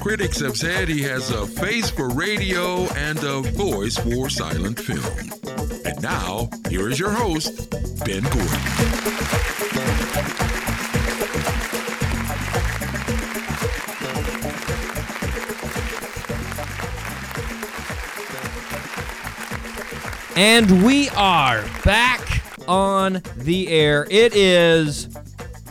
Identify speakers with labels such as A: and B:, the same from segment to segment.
A: Critics have said he has a face for radio and a voice for silent film. And now, here is your host, Ben Gordon.
B: And we are back on the air. It is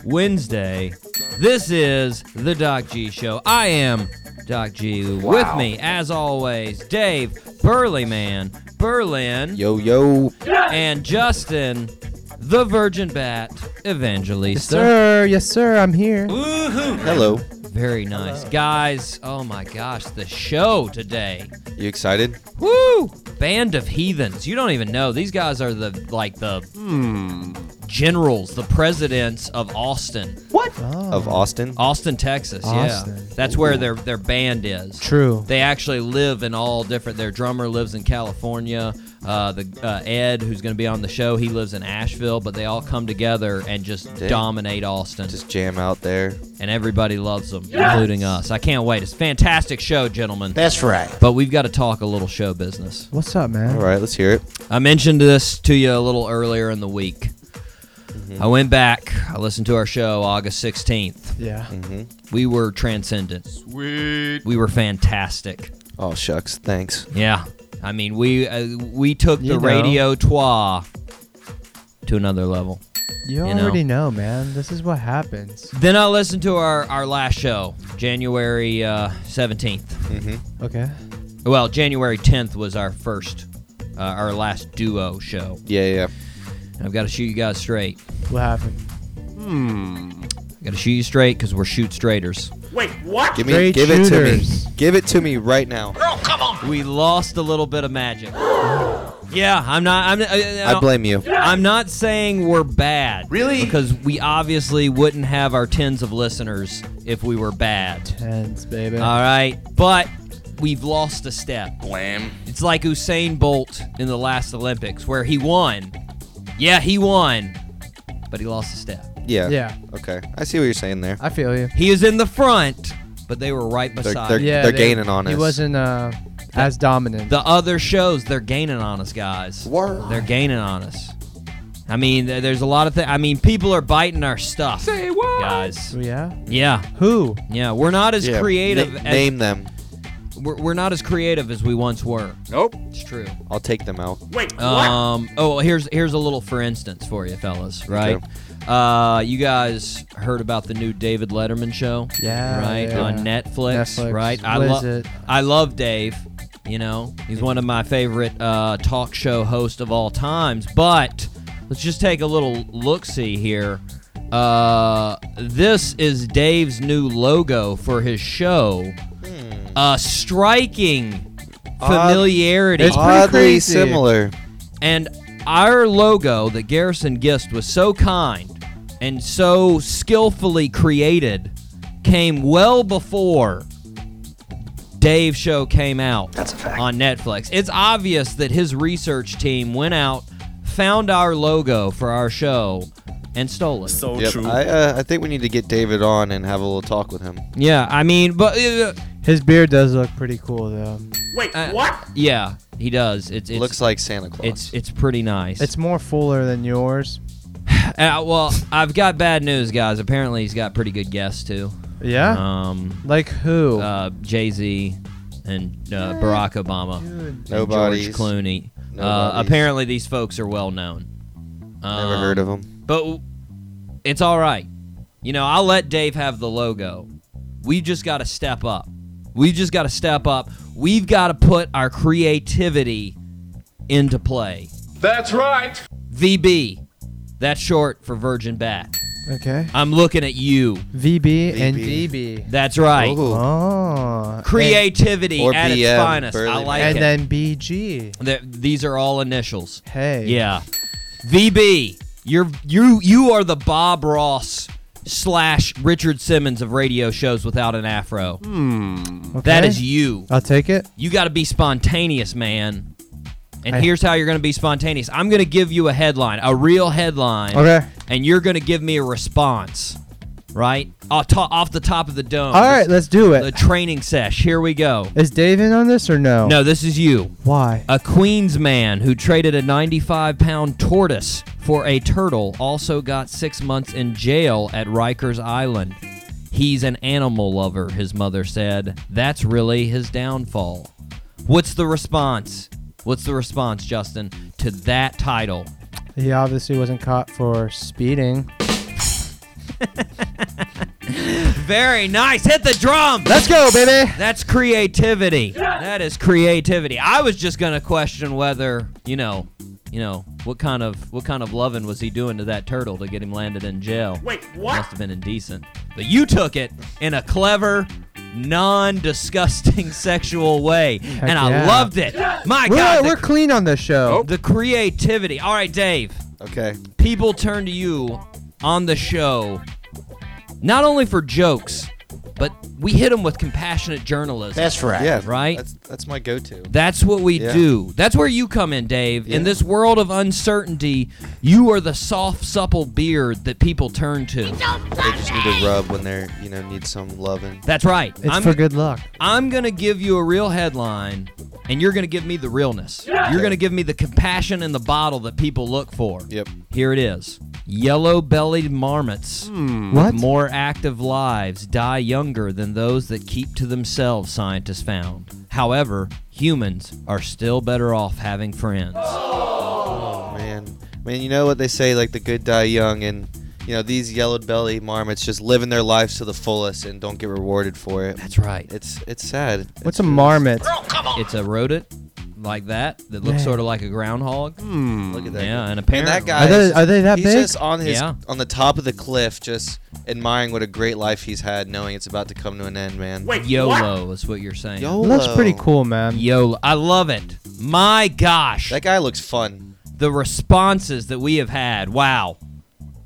B: Wednesday. This is the Doc G Show. I am Doc G. With me, as always, Dave Burleyman, Berlin,
C: Yo, yo.
B: and Justin, the Virgin Bat Evangelista.
C: Sir, yes, sir, I'm here.
B: Woohoo!
C: Hello.
B: Very nice. Guys, oh my gosh, the show today.
C: You excited?
B: Woo! Band of heathens. You don't even know. These guys are the like the generals, the presidents of Austin,
D: Oh,
C: Of Austin?
B: Austin, Texas. Yeah,
D: Austin.
B: that's where their their band is.
D: True.
B: They actually live in all different. Their drummer lives in California. Uh, the uh, Ed, who's going to be on the show, he lives in Asheville. But they all come together and just
C: Dang.
B: dominate Austin,
C: Just jam out there.
B: and everybody loves them, including us. I can't wait. It's a fantastic show, gentlemen.
E: That's right.
B: But we've got to talk a little show business.
D: What's up, man?
C: All right, let's hear it.
B: I mentioned this to you a little earlier in the week.
D: Mm-hmm.
B: I went back. I listened to our show August 16th.
D: Yeah.
B: We were transcendent. Sweet. We were fantastic.
C: Oh, shucks. Thanks.
B: Yeah. I mean, we uh, we took
D: You
B: the
D: know.
B: radio trois to another level.
D: You,
B: You know.
D: already know. man. This is what happens.
B: Then I listened to our, our last show, January uh, 17th.
D: Mm-hmm. Okay.
B: Well, January 10th was our first, uh, our last duo show.
C: Yeah, yeah.
B: And I've got to shoot you guys straight.
D: What happened?
B: I got to shoot you straight because we're shoot straighters.
C: Give me,
D: Great
C: give
D: shooters.
C: it to me. Give it to me right now.
B: We lost a little bit of magic. Yeah, I'm not. I'm. I,
C: I blame you.
B: I'm not saying we're bad. Really? Because we obviously wouldn't have our tens of listeners if we were bad.
D: Hands, baby.
B: All right, but we've lost a step.
E: Blam.
B: It's like Usain Bolt in the last Olympics, where he won. Yeah, he won, but he lost a step.
C: Yeah.
D: yeah.
C: Okay. I see what you're saying there.
D: I feel you.
B: He is in the front, but they were right beside.
C: they're-
B: him.
D: Yeah.
C: They're gaining on
D: He
C: us.
D: wasn't uh, as dominant.
B: The other shows, they're gaining on us, guys.
C: Word.
B: They're gaining on us. I mean, th- there's a lot of things. I mean, people are biting our stuff. Say what? Guys.
D: Oh, yeah.
B: Yeah,
D: Who?
B: yeah. We're not as
C: Yeah.
B: creative.
C: Na-
B: as,
C: name them.
B: We're, we're not as creative as we once were.
E: Nope.
B: It's true.
C: I'll take them out.
B: Um. Oh, here's here's a little for instance for you, fellas. Right. Uh, you guys heard about the new David Letterman show?
D: Yeah,
B: Right
D: yeah.
B: on Netflix.
D: Netflix.
B: Right. I
D: What is
B: love.
D: it?
B: I love Dave. You know, he's one of my favorite uh, talk show hosts of all times. But let's just take a little look see here. Uh, this is Dave's new logo for his show. A striking
C: Odd-
B: familiarity.
D: It's pretty
C: Oddly
D: crazy.
C: similar.
B: And our logo that Garrison Gist was so kind and so skillfully created came well before Dave's show came out That's a fact. on Netflix. It's obvious that his research team went out, found our logo for our show, and stole it.
E: So
C: Yep. I, uh, I think we need to get David on and have a little talk with him.
B: yeah, I mean, but uh,
D: His beard does look pretty cool, though.
E: Wait,
B: uh, Yeah, he does. It's, it's
C: Looks like Santa Claus.
B: it's it's pretty nice.
D: It's more fuller than yours.
B: uh, well, I've got bad news, guys. Apparently, he's got pretty good guests too.
D: Yeah.
B: Um,
D: like who?
B: uh, Jay Z and uh, Barack Obama, and
D: Dude.
C: Nobody's.
B: George Clooney. Uh,
C: Nobodies.
B: apparently, these folks are well known.
C: Never
B: Um,
C: heard of him.
B: But w- it's all right. You know, I'll let Dave have the logo. We just got to step up. We just got to step up. We've got to put our creativity into play.
E: That's right.
B: VB. That's short for Virgin Bat.
D: Okay.
B: I'm looking at you.
D: VB, and
C: VB.
D: DB.
B: That's right.
C: Ooh.
D: Oh.
B: Creativity
C: Or
B: at its
C: BM,
B: finest. I
C: Burley
B: like
D: And,
B: it.
D: and then BG.
B: Th- these are all initials.
D: Hey.
B: Yeah. VB, you're you you are the Bob Ross slash Richard Simmons of radio shows without an afro.
D: Hmm. Okay.
B: That is you.
D: I'll take it.
B: You got to be spontaneous, man. And
D: I-
B: here's how you're going to be spontaneous. I'm going to give you a headline, a real headline,
D: Okay.
B: and you're going to give me a response, right? Off, to- off the top of the dome.
D: All right, let's do
B: The
D: it.
B: training sesh. Here we go.
D: Is Dave in on this or no?
B: No, this is you.
D: Why?
B: A Queens man who traded a 95 pound tortoise for a turtle also got six months in jail at Rikers Island. He's an animal lover, his mother said. That's really his downfall. What's the response? What's the response, Justin, to that title?
D: He obviously wasn't caught for speeding.
B: Very nice. Hit the drum.
D: Let's go, baby.
B: That's creativity. That is creativity. I was just gonna question whether you know, you know, what kind of what kind of loving was he doing to that turtle to get him landed in jail? Wait, what? Must have been indecent. But you took it in a clever, non-disgusting sexual way, and I
D: yeah.
B: loved it. My
D: We're,
B: God,
D: we're
B: the,
D: clean on this show.
B: the creativity. All right, Dave
C: Okay.
B: people turn to you on the show not only for jokes, but we hit them with compassionate journalism.
E: That's right.
C: Yeah.
B: Right?
C: That's that's my go-to.
B: That's what we
C: Yeah.
B: do. That's where you come in, Dave. In
C: Yeah.
B: this world of uncertainty, you are the soft, supple beard that people turn to.
C: They just need to rub when they're you know need some loving.
B: That's right.
D: It's
B: I'm,
D: for good luck.
B: I'm going to give you a real headline, and you're going to give me the realness. You're
C: Okay.
B: going to give me the compassion in the bottle that people look for.
C: Yep.
B: Here it is Yellow bellied marmots.
D: What?
B: Hmm. More active lives die younger than those that keep to themselves, scientists found. However, humans are still better off having friends.
C: Man, man, you know what they say? Like the good die young, and you know these yellow belly marmots just living their lives to the fullest and don't get rewarded for it.
B: That's right.
C: It's it's sad.
D: What's a marmot?
B: It's a rodent like that that looks
D: Man.
B: sort of like a groundhog.
C: Hmm, Look at that.
B: Yeah, and
C: And
B: apparently
C: that guy.
D: Are they-
C: is-
D: are they that
C: he's
D: big?
C: just on his
B: Yeah.
C: on the top of the cliff, just admiring what a great life he's had, knowing it's about to come to an end, man. Wait,
B: YOLO is what you're saying.
C: Yo,
D: Well, that's pretty cool, man.
B: YOLO. I love it. My gosh.
C: That guy looks fun.
B: the responses that we have had. Wow.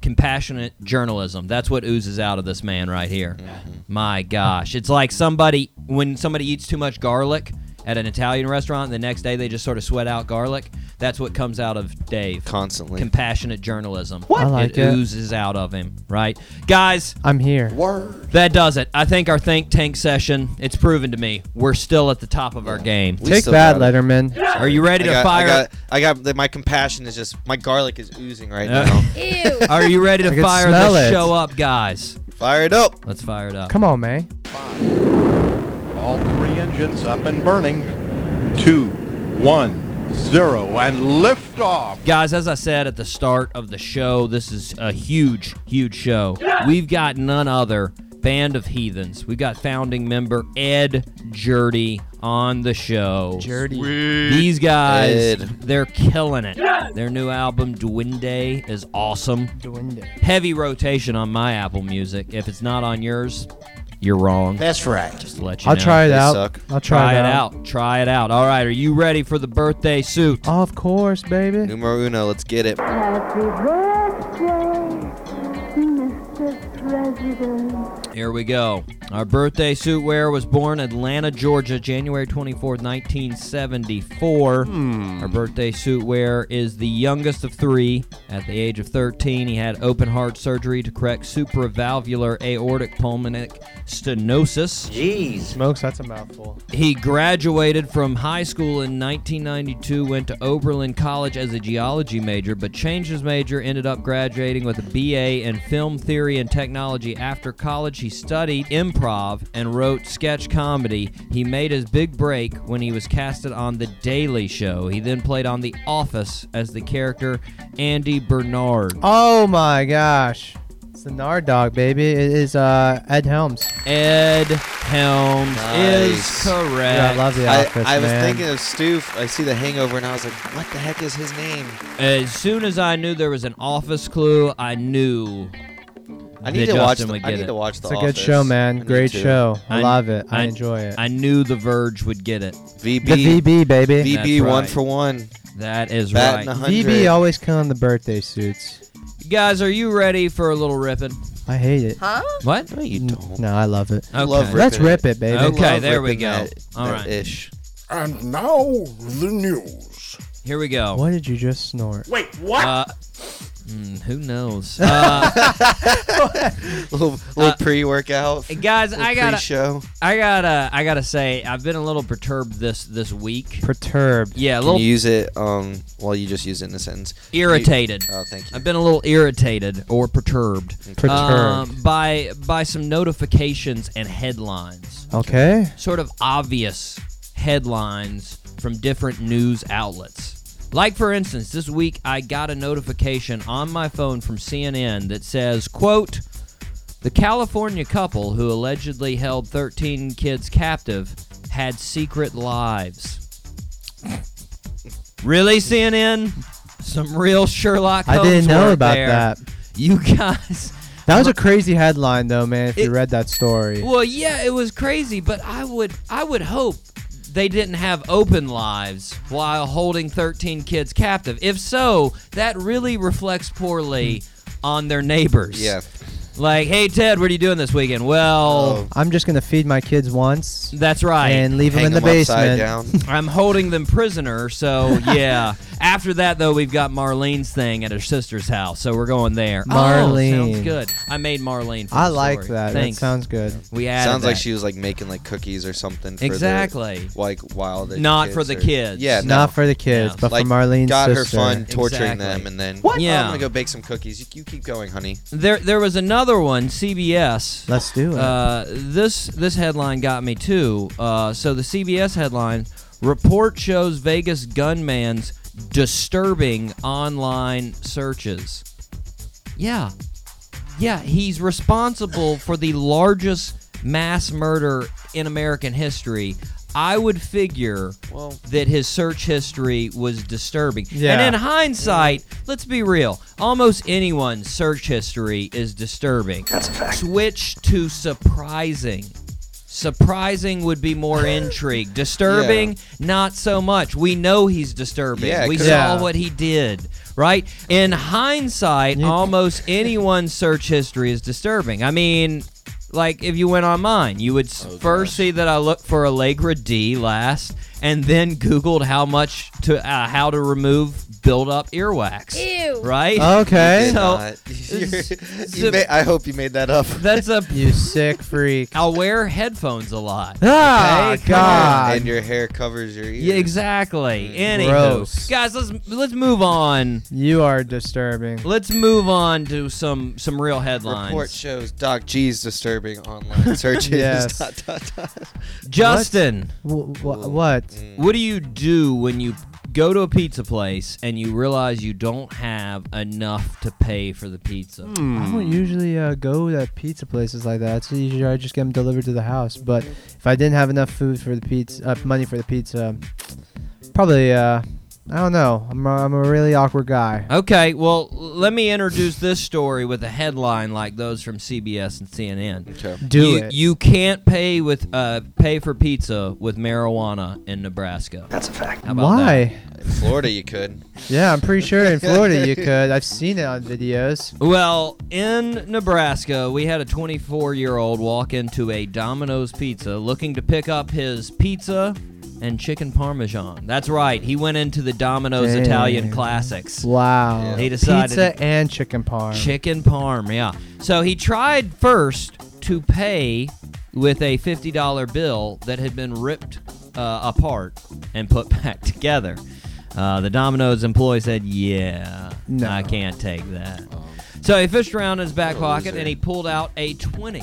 B: Compassionate journalism. That's what oozes out of this man right here.
C: Mm-hmm.
B: My gosh. It's like somebody, when somebody eats too much garlic at an Italian restaurant, the next day they just sort of sweat out garlic. That's what comes out of Dave.
C: Constantly.
B: Compassionate journalism.
D: I like it.
B: oozes out of him, right? Guys,
D: I'm here.
B: that does it. I think our think tank session, it's proven to me, we're still at the top of our game.
C: We
D: Take
C: still
D: that,
C: got it.
D: Letterman.
B: Are you ready
C: I
B: to
C: got,
B: fire?
C: I got, I got my compassion is just my garlic is oozing right
B: Uh.
C: now.
F: Ew.
B: Are you ready
D: I
B: to
D: can
B: fire
D: smell
B: the
D: it.
B: show up, guys?
C: Fire it up.
B: Let's fire it up.
D: Come on, man.
G: All three engines up and burning. Two, one, zero, and lift off.
B: Guys, as I said at the start of the show, this is a huge, huge show. We've got none other Band of Heathens. We've got founding member Ed Jurdy on the show. These guys,
C: Ed.
B: they're killing it. Their new album, Duende, is awesome. Heavy rotation on my Apple Music. If it's not on yours, you're wrong.
E: That's right.
B: Just to let you
D: I'll
B: know.
D: try it
C: They
D: out.
C: suck.
D: I'll try,
B: Try it out. Try it out. All right, are you ready for the birthday suit?
D: Of course, baby.
C: Numero uno, let's get it.
H: Happy birthday, Mr. President.
B: Here we go. Our birthday suit wearer was born Atlanta, Georgia, January 24, 1974. Our birthday suit wearer is the youngest of three. At the age of 13, he had open heart surgery to correct supravalvular aortic pulmonic stenosis.
E: Jeez.
D: Smokes, that's a mouthful.
B: He graduated from high school in 1992, went to Oberlin College as a geology major, but changed his major, ended up graduating with a BA in film theory and technology. After college, he studied improv and wrote sketch comedy. He made his big break when he was casted on The Daily Show. He then played on The Office as the character Andy Bernard.
D: Oh my gosh. It's the Nard Dog, baby. It is uh, Ed Helms.
B: Ed Helms is
C: Nice.
B: correct.
D: Yeah, I love the
C: I,
D: outfits,
C: I was
D: man.
C: thinking of Stoof. I see the hangover and I was like, what the heck is his name?
B: As soon as I knew there was an office clue, I knew.
C: I need
B: that
C: to watch.
B: Justin
C: The,
B: would
C: I
B: get
C: need
B: it.
C: to watch the.
D: It's a
C: Office.
D: good show,
C: I
D: man.
C: need
D: Great
C: to.
D: show. I, love it. I, enjoy it.
B: I knew The Verge would get it.
D: the
C: VB.
D: VB, baby.
C: VB
B: That's
C: one
B: right.
C: for one.
B: That is
C: Batting
B: right.
C: a hundred.
D: VB always killing the birthday suits.
B: Guys, are you ready for a little ripping?
D: I hate it.
E: Huh?
B: What?
C: No, you don't.
D: No, I love it.
B: Okay.
C: Love
D: Let's
C: ripping
D: rip
C: it.
D: it, baby.
B: Okay.
C: Love
B: there we
C: ripping
B: go.
C: That,
B: All
C: that
B: right.
C: Ish.
F: And now the news.
B: Here we go.
D: What did you just snort?
F: Wait, what?
B: Uh, mm, who knows? Uh,
C: little little
B: Uh,
C: pre-workout.
B: guys,
C: little
B: I gotta,
C: pre-show.
B: I gotta, I gotta say, I've been a little perturbed this this week.
D: Perturbed.
B: Yeah, a
C: Can
B: little
C: you use it? Um, well, you just use it in a sentence.
B: irritated.
C: Oh, thank you.
B: I've been a little irritated or perturbed,
D: Perturbed.
B: um, by by some notifications and headlines,
D: Okay.
B: sort of obvious headlines from different news outlets. Like for instance, this week I got a notification on my phone from CNN that says, "quote The California couple who allegedly held 13 kids captive had secret lives." really, CNN? Some real Sherlock
D: I
B: Holmes
D: didn't know
B: work
D: about
B: there.
D: that.
B: You guys.
D: That was a crazy headline, though, man. If
B: It-
D: you read that story,
B: Well, yeah, it was crazy, but I would I would hope they didn't have open lives while holding 13 kids captive. If so, that really reflects poorly
D: Hmm.
B: on their neighbors.
C: Yeah.
B: Like, hey Ted, what are you doing this weekend? Well,
C: Oh,
D: I'm just gonna feed my kids once
B: that's right.
D: and leave them
C: hang
D: in the
C: them upside
D: basement.
C: down.
B: I'm holding them prisoner, so yeah. After that, though, we've got Marlene's thing at her sister's house, so we're going there.
D: Marlene.
B: oh, sounds good. I made Marlene. For
D: I
B: the
D: like
B: story.
D: that.
B: Thanks.
D: That sounds good.
B: we added
C: Sounds like
B: that.
C: she was like making like cookies or something. For
B: Exactly.
C: The, like while the
B: Not
C: kids
B: for the
C: are-
B: kids.
C: Yeah. No,
D: Not for the kids,
B: Yeah.
D: but
C: like,
D: for Marlene's
C: got her
D: sister.
C: fun torturing
B: Exactly.
C: them and then
B: What?
C: "Oh,
B: Yeah.
C: I'm gonna go bake some cookies. You, you keep going, honey.
B: There, there was another one, CBS.
D: Let's do it.
B: Uh, this this headline got me too. Uh, so the CBS headline: Report shows Vegas gunman's disturbing online searches. Yeah, yeah, he's responsible for the largest mass murder in American history. I would figure
C: Well-
B: that his search history was disturbing.
D: Yeah.
B: And in hindsight, let's be real. Almost anyone's search history is disturbing. That's a fact. Switch to surprising. Surprising would be more intrigue. Disturbing, not so much. We know he's disturbing.
C: Yeah,
B: we
C: 'cause-
B: saw
D: Yeah.
B: what he did, right? In hindsight, almost anyone's search history is disturbing. I mean, like if you went on mine, you would
D: Oh,
B: s first see that I looked for Allegra D last, and then Googled how much to uh, how to remove built-up earwax.
E: Ew.
B: Right?
D: okay.
C: Did
B: So-
C: not. You're- you ma- I hope you made that up.
B: That's a.
D: you sick freak.
B: I'll wear headphones a lot.
D: Ah,
B: Okay, come
D: God.
C: and your hair covers your ears.
B: Yeah, exactly. Anywho,
D: Mm, Gross.
B: guys, let's let's move on.
D: You are disturbing.
B: Let's move on to some some real headlines.
C: Report shows Doc G's disturbing online searches.
D: Yes.
C: dot, dot, dot.
B: Justin,
D: Wh- wh- what?
B: What do you do when you go to a pizza place and you realize you don't have enough to pay for the pizza?
D: I don't usually uh, go to pizza places like that. It's usually I just get them delivered to the house. But if I didn't have enough food for the pizza, uh, money for the pizza, probably uh, I don't know. I'm a, I'm a really awkward guy.
B: Okay, well, let me introduce this story with a headline like those from CBS and CNN.
C: Okay.
D: Do
B: you,
D: it.
B: You can't pay with uh, pay for pizza with marijuana in Nebraska. That's a fact. How about that?
D: Why?
C: In Florida, you could.
D: Yeah, I'm pretty sure in Florida you could. I've seen it on videos.
B: Well, in Nebraska, we had a 24 year old walk into a Domino's Pizza looking to pick up his pizza and chicken parmesan. That's right, he went into the Domino's
D: Damn.
B: Italian Classics.
D: Wow.
B: He decided-
D: pizza and chicken parm.
B: Chicken parm, yeah. So he tried first to pay with a $50 bill that had been ripped uh, apart and put back together. Uh, the Domino's employee said, Yeah,
D: No. Oh.
B: I can't take that. So he fished around in his back pocket
C: loser.
B: and he pulled out a 20.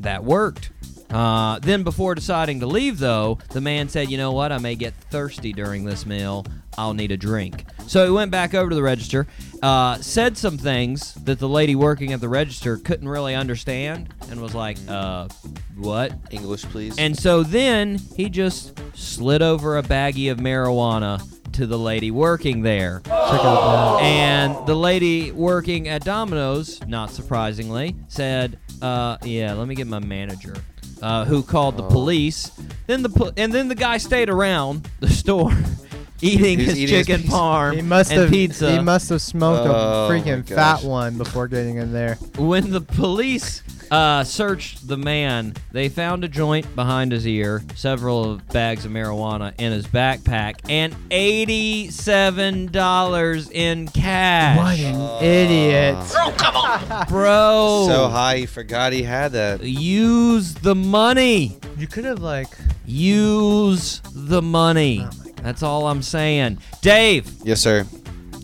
B: That worked. Uh, then, before deciding to leave, though, the man said, You know what? I may get thirsty during this meal. I'll need a drink. So he went back over to the register, uh, said some things that the lady working at the register couldn't really understand, and was like, uh, What?
C: English, please.
B: And so then he just slid over a baggie of marijuana to the lady working there. And the lady working at Domino's, not surprisingly, said, uh, "Yeah, let me get my manager."
D: Oh.
B: Uh, who called the police? Then the po- and then the guy stayed around the store eating
C: He was
B: his
C: eating his
B: chicken
C: pizza.
B: parm
D: He must
B: and
D: have
B: pizza.
D: He must have smoked
C: Oh,
D: a
C: my
D: freaking
C: gosh.
D: fat one before getting in there.
B: when the police uh, searched the man, they found a joint behind his ear, several bags of marijuana in his backpack, and eighty-seven dollars in
D: What
B: cash.
D: an idiot!
C: Ah.
B: Bro,
C: So high, he forgot he had that.
B: use the money.
D: You could have like
B: Use the money. That's all I'm saying. Dave,
C: Yes, sir.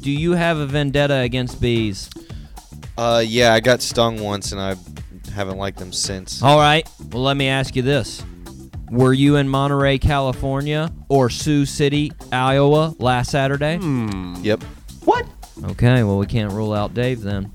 B: do you have a vendetta against bees?
C: Uh, yeah, I got stung once, and I haven't liked them since.
B: All right. Well, let me ask you this. Were you in Monterey, California or Sioux City, Iowa last Saturday?
D: Hmm.
C: Yep.
B: Okay, well, we can't rule out Dave then.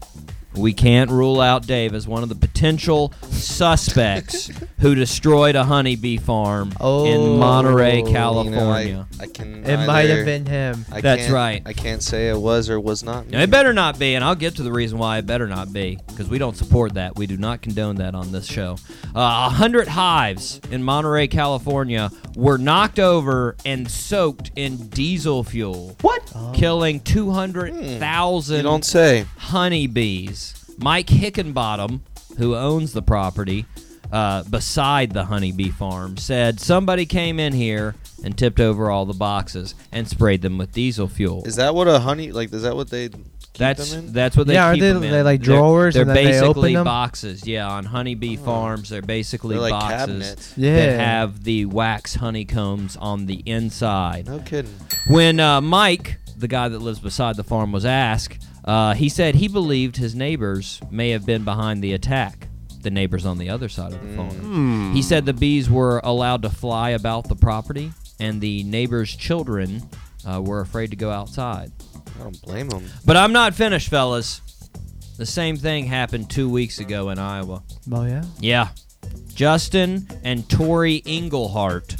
B: We can't rule out Dave as one of the potential suspects who destroyed a honeybee farm in Monterey,
D: Oh, you
C: You know,
D: know, I-
B: California.
C: I, I can.
D: it might
C: neither-
D: have been him.
C: I
B: That's
C: can't-
B: right.
C: I can't say it was or was not.
B: Now, It better not be, and I'll get to the reason why it better not be, because we don't support that. We do not condone that on this show. Uh, A hundred hives in Monterey, California, were knocked over and soaked in diesel fuel. What? Killing two hundred
C: Hmm. You
B: thousand
C: don't say.
B: honeybees. Mike Hickenbottom, who owns the property uh, beside the honeybee farm, said somebody came in here and tipped over all the boxes and sprayed them with diesel fuel.
C: Is that what a honey like? Is that what they? Keep
B: That's
C: them in?
B: that's what they
D: Yeah, are
B: keep
D: they-
B: them in.
D: they like
B: They're-
D: drawers
B: They're,
D: and then they open
B: basically
D: them?
B: boxes. Yeah, on honeybee farms, they're basically
C: Oh. They're like
B: boxes
C: cabinets.
D: Yeah.
B: that have the wax honeycombs on the inside.
C: No kidding.
B: When uh, Mike, the guy that lives beside the farm, was asked, uh, he said he believed his neighbors may have been behind the attack. The neighbors on the other side of the farm.
C: Mm.
B: He said the bees were allowed to fly about the property, and the neighbors' children uh, were afraid to go outside.
C: I don't blame them.
B: But I'm not finished, fellas. The same thing happened two weeks ago in Iowa.
D: Oh yeah.
B: Yeah. Justin and Tori Englehart,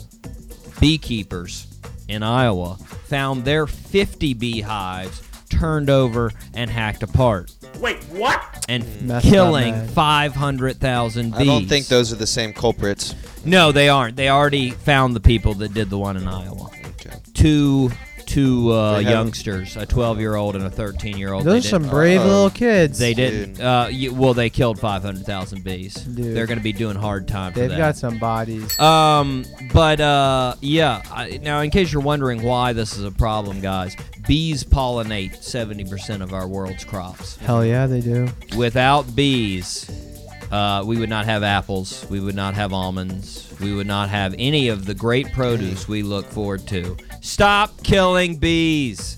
B: beekeepers in Iowa, found their 50 beehives turned over and hacked apart. Wait, what? And
D: Messed up,
B: killing
D: man.
B: 500,000 bees.
C: Mm. I don't think those are the same culprits.
B: No, they aren't. They already found the people that did the one in Iowa.
C: Okay.
B: Two two uh,
C: They haven't-
B: youngsters, a 12-year-old and a 13-year-old.
D: Those are some brave
C: Oh.
D: little kids.
B: They
C: Dude.
B: didn't. Uh, you, well, they killed 500,000 bees.
D: Dude.
B: They're going to be doing hard time for
D: They've
B: that.
D: got some bodies.
B: um, but uh, yeah. I, now, in case you're wondering why this is a problem, guys, bees pollinate 70% of our world's crops.
D: Hell yeah, they do.
B: Without bees, uh, we would not have apples. We would not have almonds. We would not have any of the great produce we look forward to. Stop killing bees.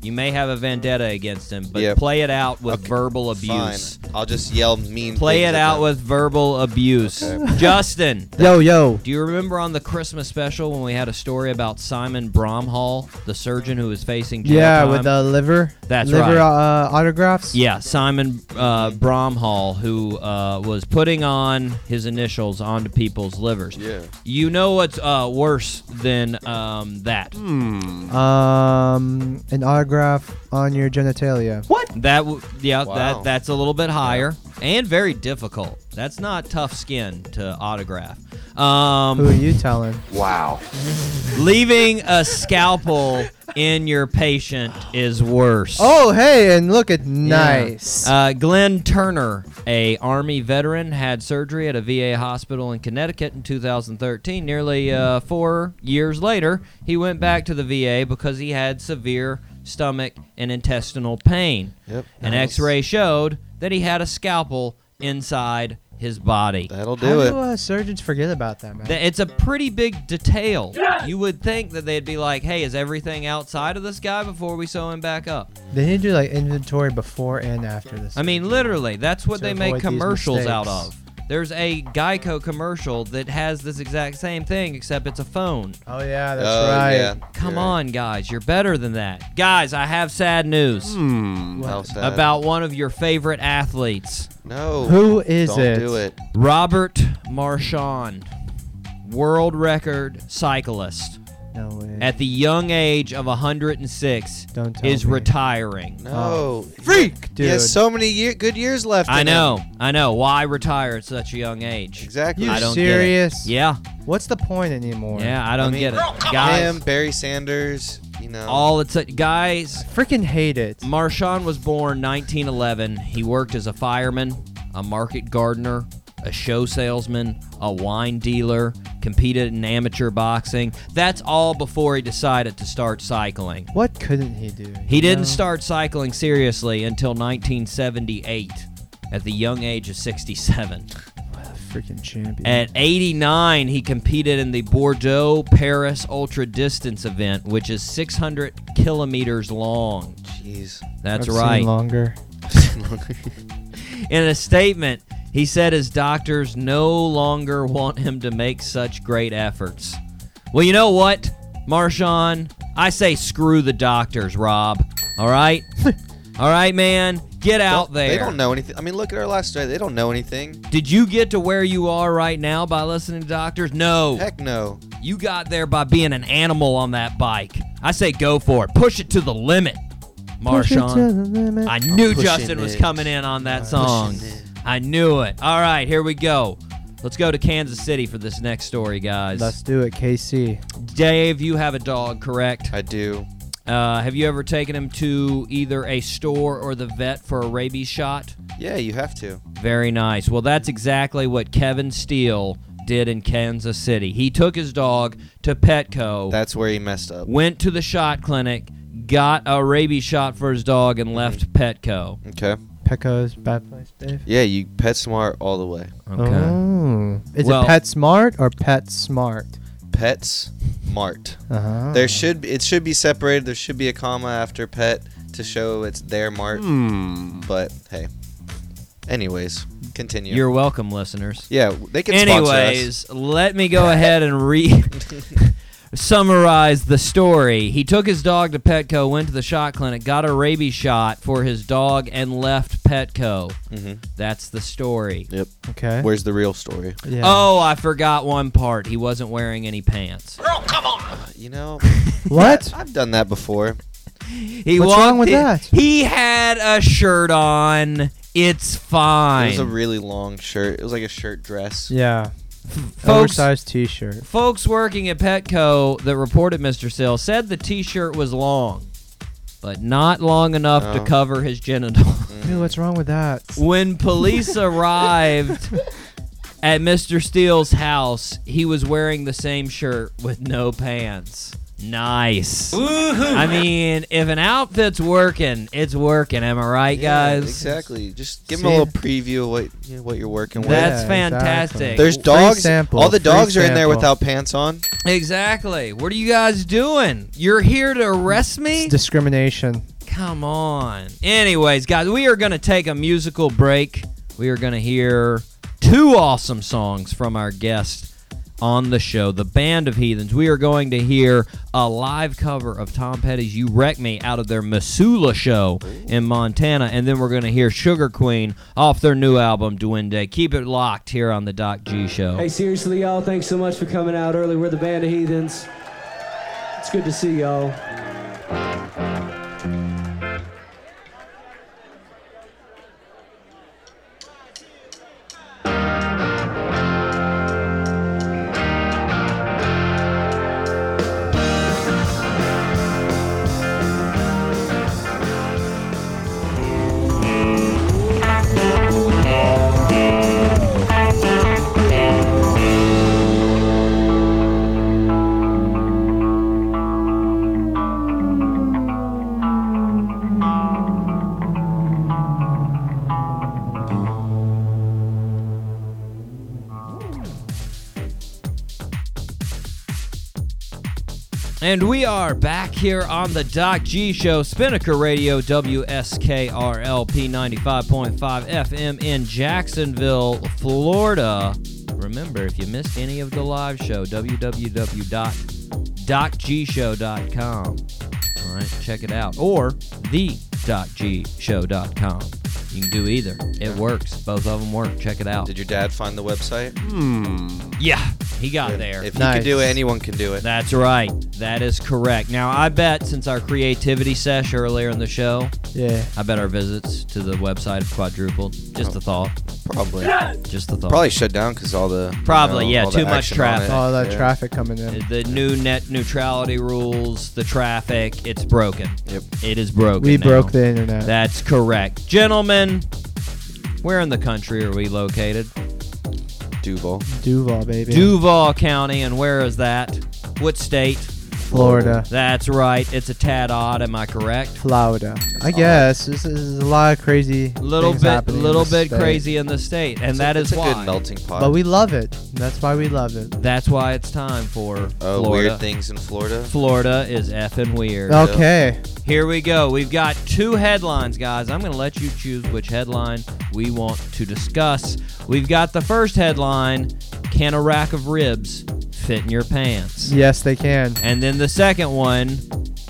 B: You may have a vendetta against them, but
C: Yep.
B: play it out with
C: Okay,
B: verbal abuse.
C: Fine. I'll just yell mean.
B: Play
C: things
B: it
C: at
B: out
C: them.
B: with verbal abuse. Justin,
D: Yo yo.
B: do you remember on the Christmas special when we had a story about Simon Bromhall, the surgeon who was facing jail
D: Yeah,
B: time?
D: with the liver.
B: That's
D: liver,
B: right.
D: uh, autographs.
B: yeah, Simon uh, Bromhall, who uh, was putting on his initials onto people's livers.
C: Yeah.
B: You know what's uh, worse than um, that?
C: Hmm.
D: Um, an autograph on your genitalia.
B: What? That w- yeah,
C: Wow.
B: that that's a little bit higher and very difficult. That's not tough skin to autograph. Um,
D: Who are you telling?
B: Leaving a scalpel in your patient is worse.
D: Oh hey, and look at
B: Yeah.
D: nice.
B: Uh, Glenn Turner, a Army veteran, had surgery at a VA hospital in Connecticut in 2013. Nearly uh, four years later, he went back to the VA because he had severe stomach and intestinal pain.
C: Yep.
B: An X-ray showed that he had a scalpel inside his body.
C: That'll
D: How
C: do it.
D: do uh, surgeons forget about that, man?
B: Th- It's a pretty big detail. You would think that they'd be like, hey, is everything outside of this guy before we sew him back up?
D: they need to do like inventory before and after this.
B: I mean, literally, that's what
D: To
B: they
D: avoid
B: make
D: these
B: commercials out of.
D: mistakes.
B: There's a Geico commercial that has this exact same thing, except it's a phone.
D: oh yeah, that's
C: oh,
D: right.
C: Yeah.
B: Come
C: You're
B: on, guys, you're better than that. Guys, I have sad news
D: Hmm.
C: right. How sad.
B: about one of your favorite athletes,
C: no.
D: Who is
C: don't
D: it?
C: do it.
B: Robert Marchand, world record cyclist.
D: No way.
B: At the young age of 106,
D: Don't tell
B: is
D: me.
B: retiring.
C: No.
D: Oh,
C: Freak, He
D: dude.
C: has so many year, good years left.
B: I
C: in him.
B: know, I know. Why retire at such a young age?
C: Exactly.
D: You
B: I don't
D: serious?
B: get it. Yeah,
D: What's the point anymore?
B: yeah, I don't
C: mean,
B: get it,
C: Him,
B: guys.
C: Barry Sanders, you know.
B: All it's guys.
D: Freaking hate it.
B: Marshawn was born 1911. He worked as a fireman, a market gardener, a show salesman, a wine dealer, competed in amateur boxing. That's all before he decided to start cycling.
D: What couldn't he do?
B: He
D: you
B: didn't
D: know?
B: start cycling seriously until 1978 at the young age of 67.
D: Freaking champion.
B: At 89, he competed in the Bordeaux Paris Ultra Distance event, which is 600 kilometers long.
C: Jeez.
B: That's
D: I've seen
B: right.
D: Longer.
B: In a statement, he said his doctors no longer want him to make such great efforts. Well, you know what, Marshawn? I say screw the doctors, Rob. All right? All right, man. Get out there.
C: They don't know anything. I mean, look at our last story. They don't know anything.
B: Did you get to where you are right now by listening to doctors? No.
C: Heck no.
B: You got there by being an animal on that bike. I say go for it. Push it to the limit,
D: Push it to
B: Marshawn.
D: the limit.
B: I knew
C: pushing
B: Justin was
C: it.
B: coming in on that song. I knew it. All right, here we go. Let's go to Kansas City for this next story, guys.
D: Let's do it, KC.
B: Dave, you have a dog, correct?
C: I do.
B: Uh, have you ever taken him to either a store or the vet for a rabies shot?
C: Yeah, you have to.
B: Very nice. Well, that's exactly what Kevin Steele did in Kansas City. He took his dog to Petco.
C: That's where he messed up.
B: went to the shot clinic, got a rabies shot for his dog, and left Petco.
C: Okay.
D: Petco's bad place, Dave.
C: Yeah, you pet smart all the way.
D: Oh. Is
B: Well-
D: it Pet Smart or Pet Smart?
C: Pets mart.
D: Uh-huh.
C: There should be, it should be separated. There should be a comma after pet to show it's their mart. But hey. Anyways, continue.
B: You're welcome, listeners.
C: yeah, they can sponsor us.
B: Anyways, let me go ahead and re summarize the story. He took his dog to Petco, went to the shot clinic, got a rabies shot for his dog, and left Petco.
C: Mhm.
B: That's the story.
C: Yep.
D: Okay.
C: Where's the real story?
D: yeah.
B: Oh, I forgot one part. He wasn't wearing any pants.
C: Uh, You know,
D: What?
C: I've done that before.
B: He
D: What's
B: walked
D: wrong with
B: in-
D: that?
B: He had a shirt on. It's
C: It
B: fine.
C: was a really long shirt. It was like a shirt dress.
D: yeah. Oh,
B: Folks,
D: Oversized T-shirt.
B: folks working at Petco that reported Mr. Sill said the T-shirt was long, but not long enough to
C: Oh.
B: cover his genital.
D: Mm. Dude, what's wrong with that?
B: when police arrived at Mr. Steele's house, he was wearing the same shirt with no pants. Nice. I mean, if an outfit's working, it's working. Am I right,
C: Yeah,
B: guys?
C: Exactly. Just give
D: See?
C: them a little preview of what you know, what you're working with.
B: That's
D: Yeah,
B: fantastic.
D: exactly.
C: There's
D: Free
C: dogs.
D: sample,
C: all the
D: free
C: dogs are in there
D: sample.
C: without pants on.
B: Exactly. What are you guys doing? You're here to arrest me?
D: It's discrimination.
B: Come on. Anyways, guys, we are going to take a musical break. We are going to hear two awesome songs from our guest on the show, the Band of Heathens. We are going to hear a live cover of Tom Petty's You Wreck Me out of their Missoula show in Montana. And then we're going to hear Sugar Queen off their new album, Duende. Keep it locked here on the Doc G Show.
E: Hey, seriously, y'all, thanks so much for coming out early. We're the Band of Heathens. It's good to see y'all.
B: And we are back here on the Doc G Show, Spinnaker Radio, WSKRLP 95.5 FM in Jacksonville, Florida. Remember, if you missed any of the live show, www.docgshow.com. All right, check it out. Or the.gshow.com. You can do Oh. either. It works. Both of them work. Check it out.
C: Did your dad find the website?
B: Yeah. He got there.
C: If you
D: Nice.
C: can do it, anyone can do it.
B: That's right. That is correct. Now, I bet since our creativity sesh earlier in the show,
D: Yeah.
B: I bet our visits to the website have quadrupled. Just a thought.
C: Probably.
B: Just a thought.
C: Probably shut down because all the you
B: Probably,
C: know,
B: yeah,
C: all the
B: too much
C: action on
B: traffic.
C: it.
D: All that
C: Yeah.
D: traffic coming in.
B: The new net neutrality rules, the traffic, it's broken.
C: Yep.
B: It is broken.
D: We
B: now.
D: broke the internet.
B: That's correct. Gentlemen, where in the country are we located?
C: Duval.
D: Duval, baby.
B: Duval County, and where is that? What state?
D: Florida.
B: That's right. It's a tad odd, am I correct?
D: Florida. I guess this is a lot of crazy.
B: Little
D: things
B: bit
D: happening in
B: little
D: this
B: bit
D: state.
B: crazy in the state. And
C: It's a-
B: that is
C: it's a
B: why
C: good melting pot.
D: but we love it. That's why we love it.
B: that's why it's time for
C: oh,
B: Florida.
C: weird things in Florida.
B: Florida is effing weird.
D: Okay.
B: Here we go. We've got two headlines, guys. I'm going to let you choose which headline we want to discuss. We've got the first headline Can a rack of ribs fit in your pants?
D: Yes, they can.
B: And then the second one,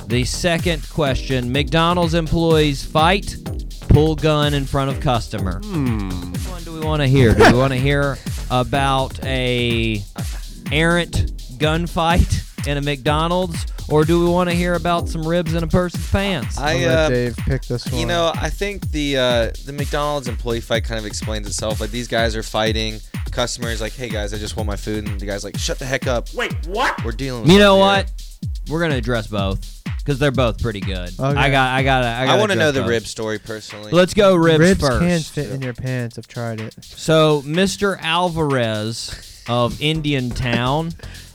B: the second question McDonald's employees fight, pull gun in front of customer.
C: Hmm.
B: Which one do we want to hear? Do we want to hear about a errant gunfight in a McDonald's? Or do we want to hear about some ribs in a person's pants?
D: I'll
C: I
D: let
C: uh,
D: Dave pick this one.
C: you know, I think the uh, the McDonald's employee fight kind of explains itself. Like these guys are fighting. Customers like, hey guys, I just want my food, and the guy's like, shut the heck up. Wait, what? We're dealing. with
B: You know
C: something
B: what?
C: here.
B: We're gonna address both because they're both pretty good.
D: Okay.
B: I got, I got, I got.
C: I want to know the rib story personally.
B: Let's go ribs,
D: ribs
B: first.
D: can fit in your pants. I've tried it.
B: So, Mr. Alvarez of Indian Town,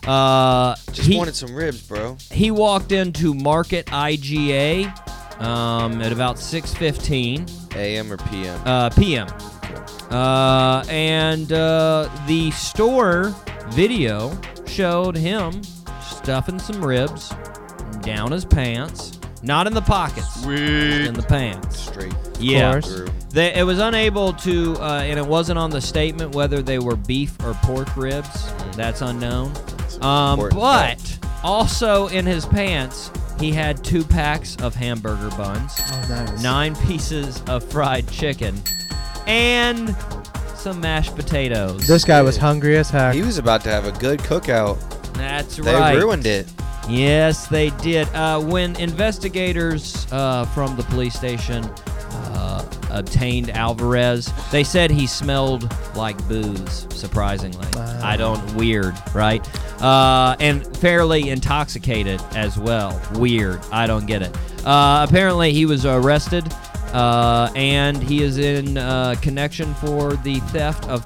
B: uh,
C: Just
B: he,
C: wanted some ribs, bro.
B: he walked into Market IGA um, at about 6:15
C: A.M. or P.M.
B: uh, p.m. Uh, and uh, the store video showed him stuffing some ribs down his pants, not in the pockets, in the pants.
C: Straight.
B: Yeah,
D: course.
C: Through.
B: they, it was unable to, uh, and it wasn't on the statement whether they were beef or pork ribs. That's unknown. Um,
C: important
B: but also in his pants, he had two packs of hamburger buns
D: Oh, nice.
B: nine pieces of fried chicken, and some mashed potatoes.
D: This guy was hungry as heck.
C: He was about to have a good cookout.
B: That's
C: They
B: right.
C: ruined it.
B: Yes, they did. Uh, when investigators uh, from the police station uh, obtained Alvarez, they said he smelled like booze. Surprisingly, I don't. Weird, right? Uh, and fairly intoxicated as well. Weird. I don't get it. Uh, apparently, he was arrested. Uh, and he is in uh, connection for the theft of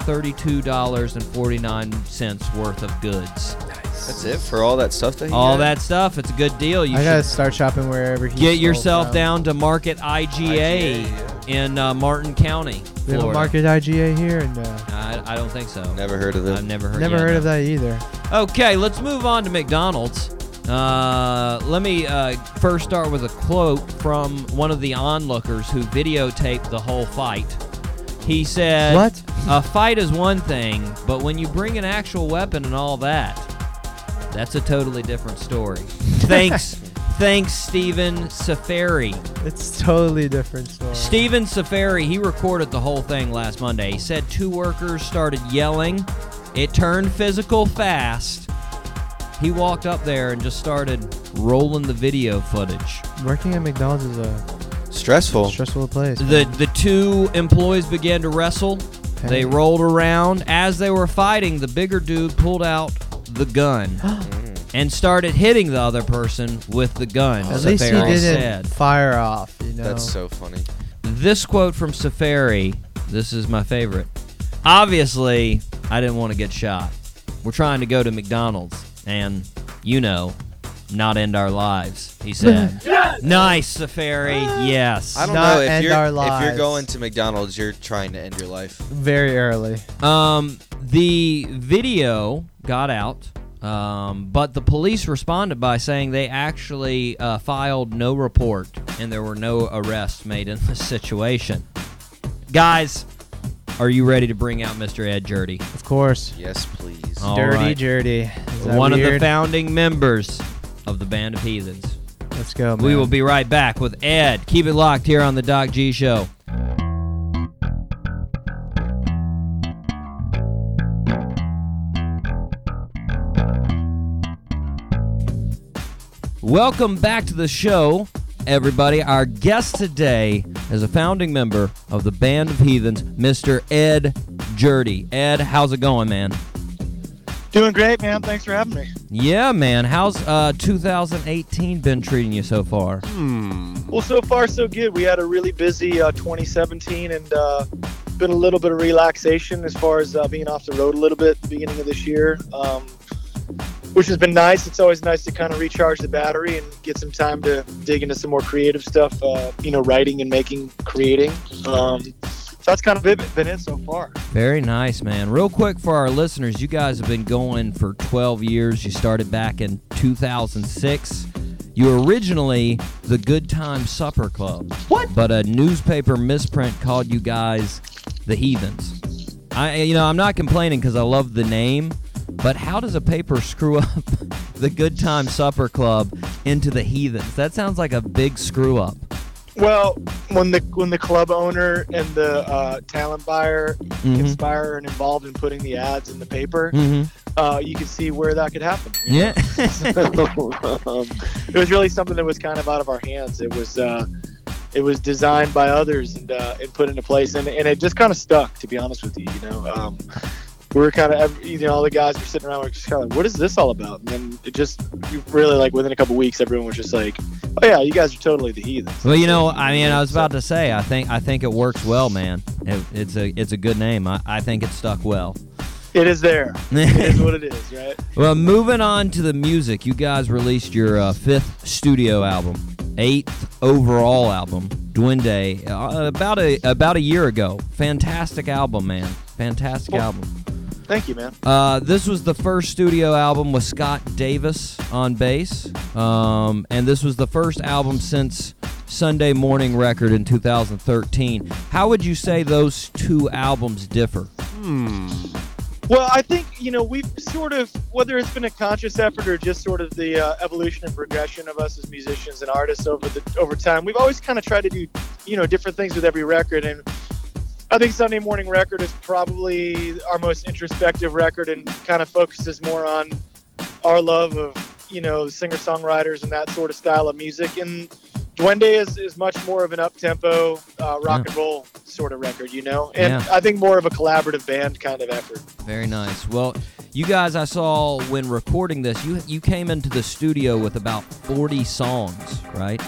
B: $32.49 worth of goods
C: That's it for all that stuff that he
B: all
C: did?
B: that stuff. It's a good deal. You
D: I gotta
B: should
D: start shopping wherever he.
B: get
D: sold
B: yourself
D: from.
B: down to Market IGA,
C: IGA,
B: in uh, Martin County,
D: We have
B: Florida.
D: a market IGA here, and uh,
B: I, I don't think so.
C: Never heard of
B: I've
C: them.
B: never heard.
D: never
B: yeah,
D: heard
B: no.
D: of that either.
B: Okay, let's move on to McDonald's. Uh, let me uh, first start with a quote from one of the onlookers who videotaped the whole fight. He said,
D: What?
B: A fight is one thing, but when you bring an actual weapon and all that, that's a totally different story. Thanks, thanks, Stephen Safari.
D: It's totally different story.
B: Steven Safari, he recorded the whole thing last Monday. He said two workers started yelling. It turned physical fast. He walked up there and just started rolling the video footage.
D: Working at McDonald's is a
C: Stressful.
D: stressful place.
B: Oh. The the two employees began to wrestle. They
D: Okay.
B: rolled around. As they were fighting, the bigger dude pulled out the gun and started hitting the other person with the gun.
D: At least he
B: Safari
D: didn't
B: said.
D: fire off. You know.
C: That's so funny.
B: This quote from Safari, this is my favorite. Obviously, I didn't want to get shot. We're trying to go to McDonald's and, you know, not end our lives, he said. Nice, Safari. Yes.
C: I don't
D: Not
C: know if
D: end
C: you're
D: our
C: if you're
D: lives.
C: going to McDonald's, you're trying to end your life.
D: very early.
B: Um, the video got out, um, but the police responded by saying they actually uh, filed no report and there were no arrests made in this situation. Guys, are you ready to bring out Mr. Ed Jurdy?
D: Of course.
C: Yes, please.
B: All
D: Dirty
B: right.
D: Jerdy. Is that
B: One of the
D: weird?
B: founding members of the Band of Heathens.
D: Let's go.
B: We
D: man.
B: will be right back with Ed. Keep it locked here on the Doc G Show. Welcome back to the show, everybody. Our guest today is a founding member of the Band of Heathens, Mr. Ed Jurdy. Ed, how's it going, man?
I: Doing great, man. Thanks for having me.
B: Yeah, man. How's uh, 2018 been treating you so far?
I: Well, so far so good. We had a really busy uh, 2017 and uh, been a little bit of relaxation as far as uh, being off the road a little bit at the beginning of this year, um, which has been nice. It's always nice to kind of recharge the battery and get some time to dig into some more creative stuff, uh, you know, writing and making, creating. Um, so that's kind of it, been it so far.
B: Very nice, man. Real quick for our listeners, you guys have been going for 12 years. You started back in 2006. You were originally the Good Time Supper Club. What? But a newspaper misprint called you guys the Heathens. I, you know, I'm not complaining because I love the name, but how does a paper screw up the Good Time Supper Club into the Heathens? That sounds like a big screw up.
I: Well, when the when the club owner and the uh, talent buyer
B: Mhm.
I: conspire and involved in putting the ads in the paper,
B: Mm-hmm.
I: uh, you can see where that could happen.
B: Yeah.
I: um, it was really something that was kind of out of our hands. It was uh, it was designed by others and, uh, and put into place, and, and it just kind of stuck. To be honest with you, you know, um, we were kind of you know all the guys were sitting around, we are just kind of like, what is this all about? And then it just really like within a couple weeks, everyone was just like, oh yeah, you guys are totally the heathens.
B: Well, you know, I mean, I was about to say, I think, I think it works well, man. It, it's a, it's a good name. I, I think it stuck well.
I: It is there. It is what it is, right?
B: well, moving on to the music, you guys released your uh, fifth studio album, eighth overall album, Duende, uh, about a about a year ago. Fantastic album, man. Fantastic
I: Well,
B: album.
I: Thank you, man.
B: Uh, this was the first studio album with Scott Davis on bass, um, and this was the first album since Sunday Morning Record in 2013. How would you say those two albums differ?
I: Well, I think you know we've sort of whether it's been a conscious effort or just sort of the uh, evolution and progression of us as musicians and artists over the over time, we've always kind of tried to do you know different things with every record, and I think Sunday Morning Record is probably our most introspective record and kind of focuses more on our love of you know singer songwriters and that sort of style of music and. Duende is, is much more of an up tempo uh, rock
B: Yeah.
I: and roll sort of record, you know, and
B: Yeah.
I: I think more of a collaborative band kind of effort.
B: Very nice. Well, you guys, I saw when recording this, you you came into the studio with about 40 songs, right?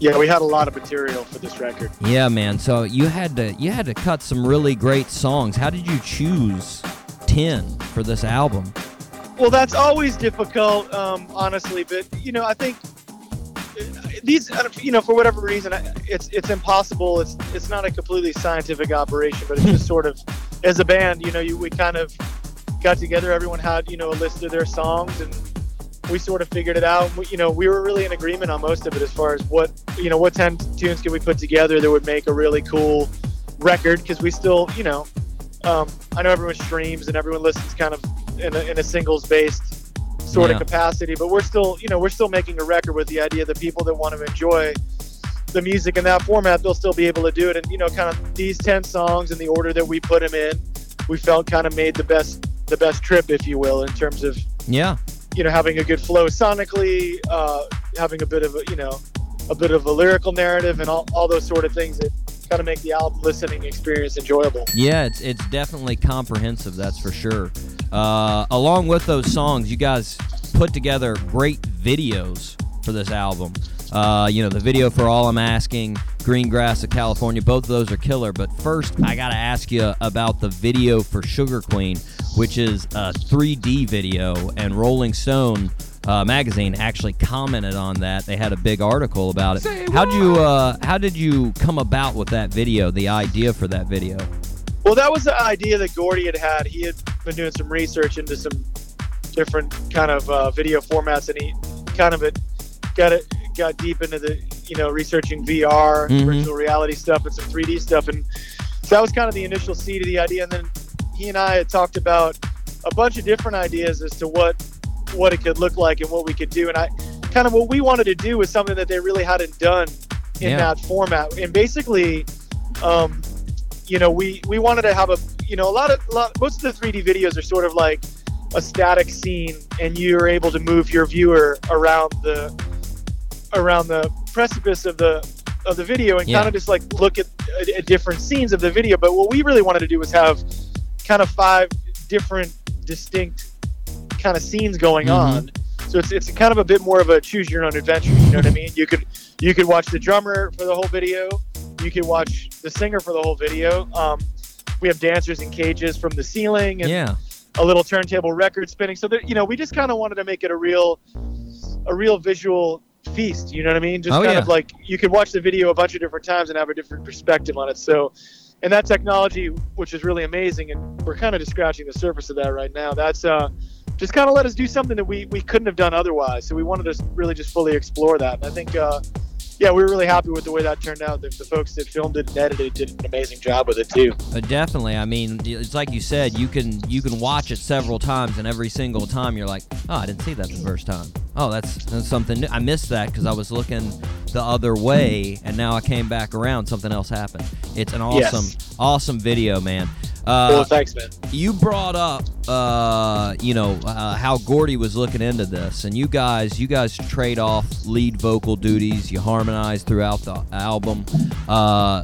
I: Yeah, we had a lot of material for this record.
B: Yeah, man. So you had to you had to cut some really great songs. How did you choose 10 for this album?
I: Well, that's always difficult, um, honestly. But you know, I think uh, these, I don't- you know, for whatever reason, I- it's it's impossible. It's it's not a completely scientific operation, but it's just sort of, as a band, you know, you, we kind of got together. Everyone had you know a list of their songs, and we sort of figured it out. We, you know, we were really in agreement on most of it as far as what you know what ten tunes can we put together that would make a really cool record because we still, you know, um, I know everyone streams and everyone listens kind of in a, in a singles based sort
B: Yeah.
I: of capacity, but we're still, you know, we're still making a record with the idea that people that want to enjoy the music in that format, they'll still be able to do it. And, you know, kind of these 10 songs in the order that we put them in, we felt kind of made the best, the best trip, if you will, in terms of,
B: Yeah.
I: you know, having a good flow sonically, uh, having a bit of a, you know, a bit of a lyrical narrative and all, all those sort of things that kind of make the album listening experience enjoyable.
B: Yeah, it's it's definitely comprehensive. That's for sure. Uh, along with those songs, you guys put together great videos for this album. Uh, you know, the video for "All I'm Asking," "Green Grass of California," both of those are killer. But first, I gotta ask you about the video for "Sugar Queen," which is a 3D video, and Rolling Stone. Uh, magazine actually commented on that. They had a big article about it. How would you uh, how did you come about with that video? The idea for that video?
I: Well, that was the idea that Gordy had had. He had been doing some research into some different kind of uh, video formats, and he kind of had got it got deep into the you know researching VR,
B: Mhm.
I: virtual reality stuff, and some 3D stuff, and so that was kind of the initial seed of the idea. And then he and I had talked about a bunch of different ideas as to what what it could look like and what we could do. And I kind of what we wanted to do was something that they really hadn't done in
B: Yeah.
I: that format. And basically, um, you know, we we wanted to have a you know a lot of lot, most of the 3D videos are sort of like a static scene, and you're able to move your viewer around the around the precipice of the of the video and
B: Yeah.
I: kind of just like look at, at, at different scenes of the video. But what we really wanted to do was have kind of five different distinct kind of scenes going
B: Mhm.
I: on. So it's, it's kind of a bit more of a choose your own adventure. You know what I mean? You could you could watch the drummer for the whole video. You could watch the singer for the whole video. Um, we have dancers in cages from the ceiling and
B: yeah.
I: a little turntable record spinning. So that you know, we just kind of wanted to make it a real, a real visual feast. You know what I mean? Just
B: Oh,
I: kind
B: yeah.
I: of like you could watch the video a bunch of different times and have a different perspective on it. So, and that technology, which is really amazing, and we're kind of just scratching the surface of that right now. That's uh, just kind of let us do something that we we couldn't have done otherwise. So we wanted to really just fully explore that. And I think. Uh, yeah, we were really happy with the way that turned out. The, the folks that filmed it and edited it did an amazing job with it too.
B: Uh, definitely. I mean, y- it's like you said, you can you can watch it several times, and every single time you're like, oh, I didn't see that the first time. Oh, that's, that's something new. I missed that because I was looking the other way, and now I came back around. Something else happened. It's an
I: Yes.
B: awesome, awesome video, man. Uh,
I: well, thanks, man.
B: you brought up uh, you know uh, how gordy was looking into this and you guys you guys trade off lead vocal duties you harmonize throughout the album uh,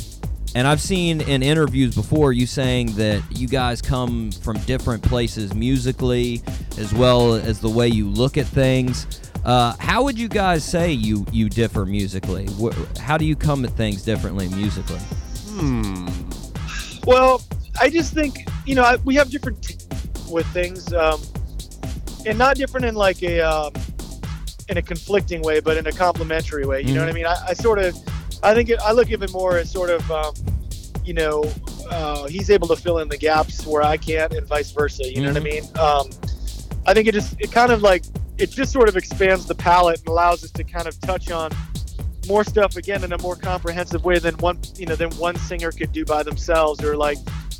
B: and i've seen in interviews before you saying that you guys come from different places musically as well as the way you look at things uh, how would you guys say you you differ musically Wh- how do you come at things differently musically
I: Well, I just think you know I, we have different t- with things, um, and not different in like a um, in a conflicting way, but in a complementary way. You know what I mean? I, I sort of I think it, I look even more as sort of um, you know uh, he's able to fill in the gaps where I can't, and vice versa. You know what I mean?
B: Mm-hmm.
I: Um, I think it just it kind of like it just sort of expands the palette and allows us to kind of touch on more stuff again in a more comprehensive way than one you know than one singer could do by themselves or like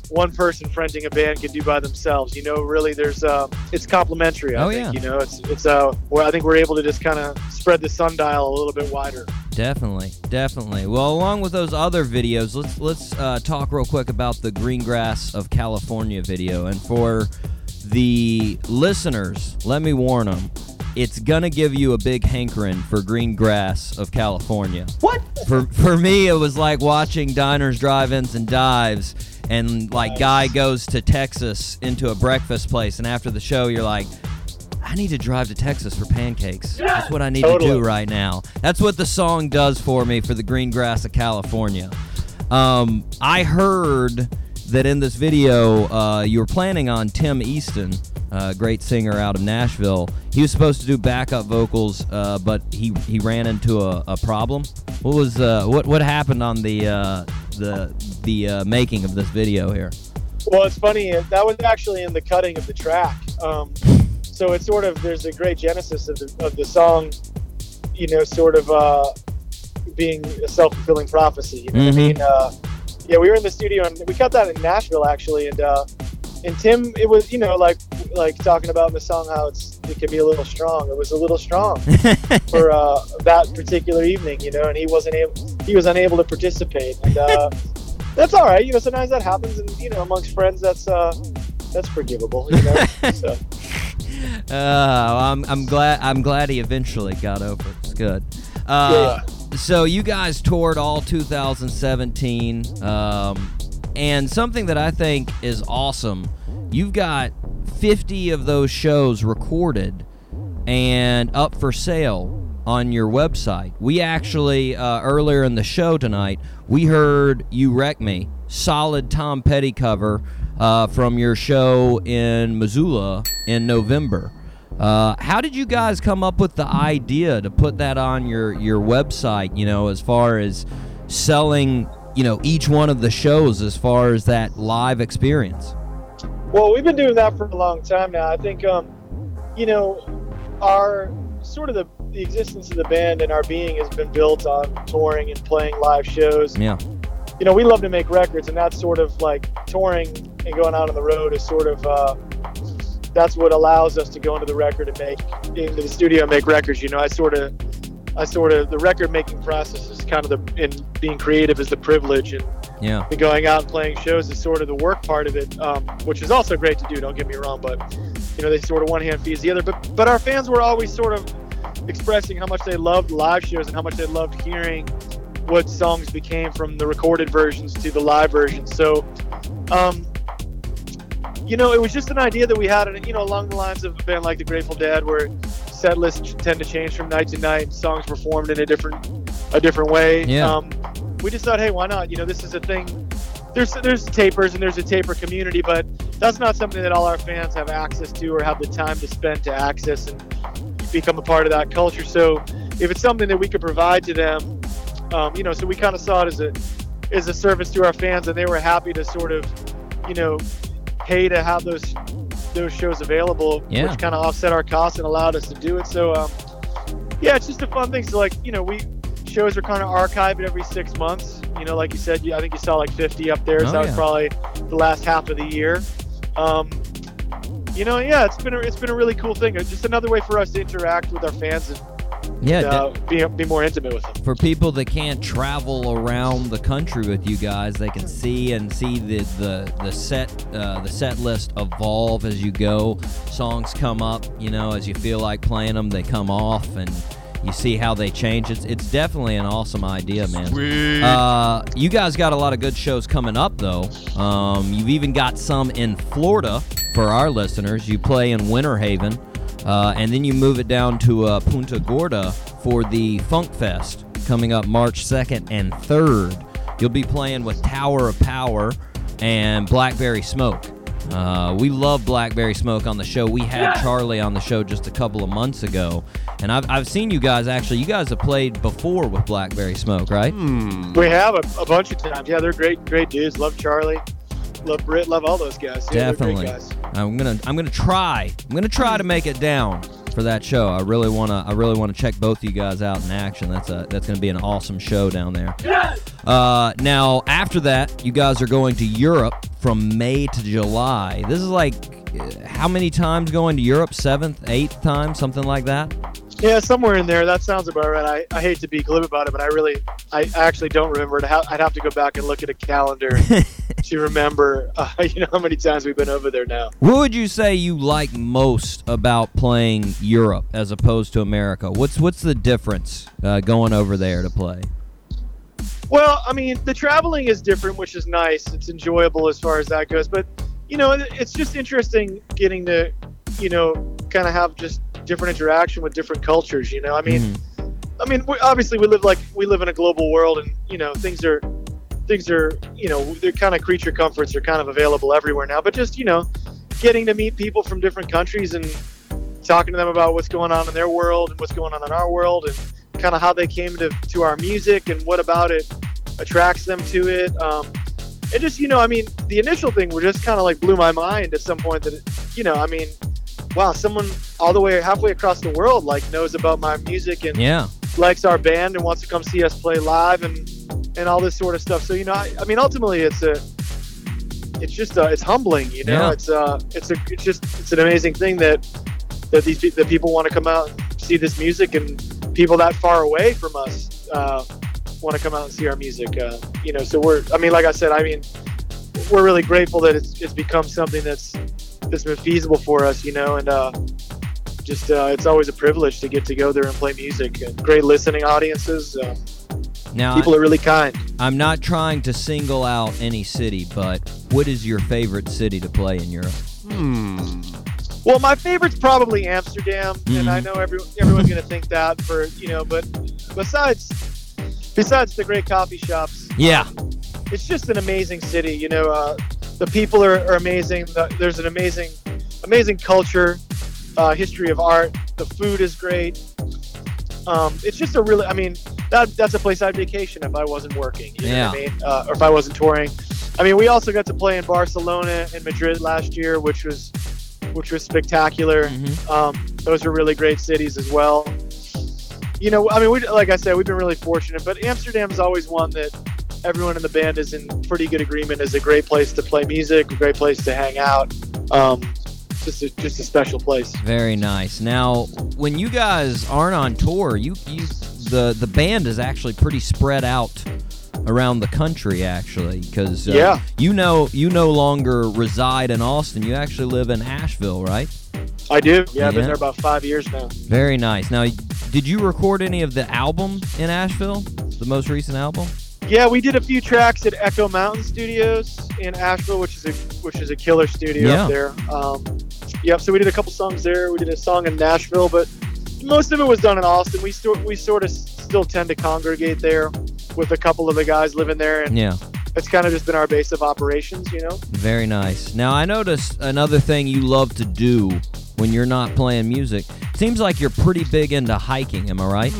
I: one person fronting a band could do by themselves you know really there's um it's complementary i
B: Oh,
I: think
B: yeah.
I: you know it's it's uh where i think we're able to just kind of spread the sundial a little bit wider
B: Definitely, definitely. Well, along with those other videos, let's let's uh, talk real quick about the green grass of California video. And for the listeners, let me warn them: it's gonna give you a big hankering for green grass of California. What? For for me, it was like watching diners, drive-ins, and dives. And like, guy goes to Texas into a breakfast place, and after the show, you're like, I need to drive to Texas for pancakes. That's what I need to
I: Totally.
B: do right now. That's what the song does for me for the green grass of California. Um, I heard that in this video, uh, you were planning on Tim Easton, uh, great singer out of Nashville. He was supposed to do backup vocals, uh, but he, he ran into a, a problem. What was uh, what what happened on the uh, the the uh, making of this video here?
I: Well, it's funny. uh, That was actually in the cutting of the track. Um, so it's sort of there's a great genesis of the, of the song, you know, sort of uh, being a self fulfilling prophecy. You know
B: Mhm.
I: what I mean? Uh, yeah, we were in the studio and we cut that in Nashville actually, and uh, and Tim, it was you know like like talking about in the song how it's it can be a little strong. It was a little strong for uh, that particular evening, you know, and he wasn't able he was unable to participate. And, uh, that's all right. You know, sometimes that happens, and you know, amongst friends, that's uh, that's forgivable. You know, so
B: Uh, I'm, I'm glad I'm glad he eventually got over it. It's good. Uh, So you guys toured all 2017, um, and something that I think is awesome, you've got 50 of those shows recorded and up for sale on your website. We actually uh, earlier in the show tonight we heard "You Wreck Me," solid Tom Petty cover uh, from your show in Missoula in November. Uh, how did you guys come up with the idea to put that on your your website? You know, as far as selling, you know, each one of the shows as far as that live experience.
I: well, we've been doing that for a long time now. I think, um, you know, our sort of the, the existence of the band and our being has been built on touring and playing live shows.
B: Yeah.
I: you know, we love to make records, and that's sort of like touring and going out on the road is sort of uh, that's what allows us to go into the record and make into the studio and make records. You know, I sort of, I sort of the record making process is kind of the and being creative is the privilege, and
B: Yeah.
I: the going out and playing shows is sort of the work part of it, um, which is also great to do. Don't get me wrong, but you know, they sort of one hand feeds the other. But but our fans were always sort of expressing how much they loved live shows and how much they loved hearing what songs became from the recorded versions to the live versions. So, um, you know, it was just an idea that we had, and you know, along the lines of a band like the Grateful Dead, where set lists tend to change from night to night, and songs performed in a different, a different way.
B: Yeah.
I: Um, we just thought, hey, why not? You know, this is a thing. There's there's tapers and there's a taper community, but that's not something that all our fans have access to or have the time to spend to access and become a part of that culture. So, if it's something that we could provide to them, um, you know, so we kind of saw it as a as a service to our fans, and they were happy to sort of, you know, pay to have those those shows available,
B: Yeah.
I: which kind of offset our costs and allowed us to do it. So, um, yeah, it's just a fun thing. So, like, you know, we shows are kind of archived every six months. You know, like you said, you, I think you saw like 50 up there. so
B: Oh,
I: that was
B: yeah.
I: probably the last half of the year. Um, you know, yeah, it's been a, it's been a really cool thing. It's just another way for us to interact with our fans and
B: Yeah,
I: uh, be, be more intimate with them.
B: for people that can't travel around the country with you guys, they can see and see the the, the set uh, the set list evolve as you go. Songs come up, you know, as you feel like playing them, they come off, and you see how they change. It's it's definitely an awesome idea, man. Uh, you guys got a lot of good shows coming up, though. Um, you've even got some in Florida for our listeners. You play in Winter Haven, uh, and then you move it down to uh, Punta Gorda for the Funk Fest coming up March 2nd and 3rd. You'll be playing with Tower of Power and Blackberry Smoke. Uh, we love Blackberry Smoke on the show. We had Charlie on the show just a couple of months ago, and I've, I've seen you guys actually. You guys have played before with Blackberry Smoke, right?
I: We have a, a bunch of times. Yeah, they're great, great dudes. Love Charlie, love Britt, love all those guys. Yeah, they're
B: Definitely.
I: Great guys.
B: I'm gonna I'm gonna try. I'm gonna try to make it down for that show. I really wanna I really wanna check both of you guys out in action. That's a that's gonna be an awesome show down there. Uh, now after that, you guys are going to Europe from May to July. This is like uh, how many times going to Europe? Seventh, eighth time, something like that.
I: Yeah, somewhere in there. That sounds about right. I, I hate to be glib about it, but I really, I actually don't remember. I'd ha- I'd have to go back and look at a calendar to remember, uh, you know, how many times we've been over there now.
B: What would you say you like most about playing Europe as opposed to America? What's what's the difference uh, going over there to play?
I: Well, I mean, the traveling is different, which is nice. It's enjoyable as far as that goes. But, you know, it- it's just interesting getting to, you know, kind of have just different interaction with different cultures, you know? I mean, I mean, we, obviously we live like we live in a global world, and you know things are things are you know they're kind of creature comforts are kind of available everywhere now. But just you know, getting to meet people from different countries and talking to them about what's going on in their world and what's going on in our world, and kind of how they came to to our music and what about it attracts them to it. Um, and just you know, I mean, the initial thing were just kind of like blew my mind at some point that it, you know, I mean, wow, someone all the way halfway across the world like knows about my music and
B: Yeah.
I: likes our band and wants to come see us play live and and all this sort of stuff. So you know, I, I mean, ultimately, it's a it's just uh it's humbling. You know,
B: Yeah.
I: it's uh it's a it's just it's an amazing thing that that these pe- that people want to come out and see this music and people that far away from us uh, want to come out and see our music. Uh, you know, so we're I mean, like I said, I mean, we're really grateful that it's it's become something that's that's been feasible for us. You know, and uh, just uh, it's always a privilege to get to go there and play music. And great listening audiences. Uh,
B: Now
I: people are really kind.
B: I'm not trying to single out any city, but what is your favorite city to play in Europe?
I: Well, my favorite's probably Amsterdam, and I know everyone everyone's gonna think that for you know, but besides besides the great coffee shops,
B: Yeah.
I: it's just an amazing city. You know, uh, the people are, are amazing. The, there's an amazing, amazing culture, uh, history of art. The food is great. Um, it's just a really, I mean, that that's a place I'd vacation if I wasn't working. You know what I
B: Yeah.
I: mean? Uh, or if I wasn't touring. I mean, we also got to play in Barcelona and Madrid last year, which was, which was spectacular.
B: Mm-hmm.
I: Um, those are really great cities as well. You know, I mean, we like I said, we've been really fortunate, but Amsterdam's always one that everyone in the band is in pretty good agreement. is a great place to play music, a great place to hang out. Um, just a, just a special place.
B: Very nice. Now, when you guys aren't on tour, you, you the the band is actually pretty spread out around the country actually cuz uh,
I: Yeah.
B: you know you no longer reside in Austin. You actually live in Asheville, right?
I: I do. Yeah,
B: Yeah.
I: I've been there about five years now.
B: Very nice. Now, did you record any of the album in Asheville? The most recent album?
I: Yeah, we did a few tracks at Echo Mountain Studios in Asheville, which is a which is a killer studio
B: Yeah.
I: up there. Um, yep. So we did a couple songs there. We did a song in Nashville, but most of it was done in Austin. We still we sort of s- still tend to congregate there with a couple of the guys living there, and
B: Yeah.
I: it's kind of just been our base of operations, you know.
B: Very nice. Now, I noticed another thing you love to do when you're not playing music. Seems like you're pretty big into hiking, am I right?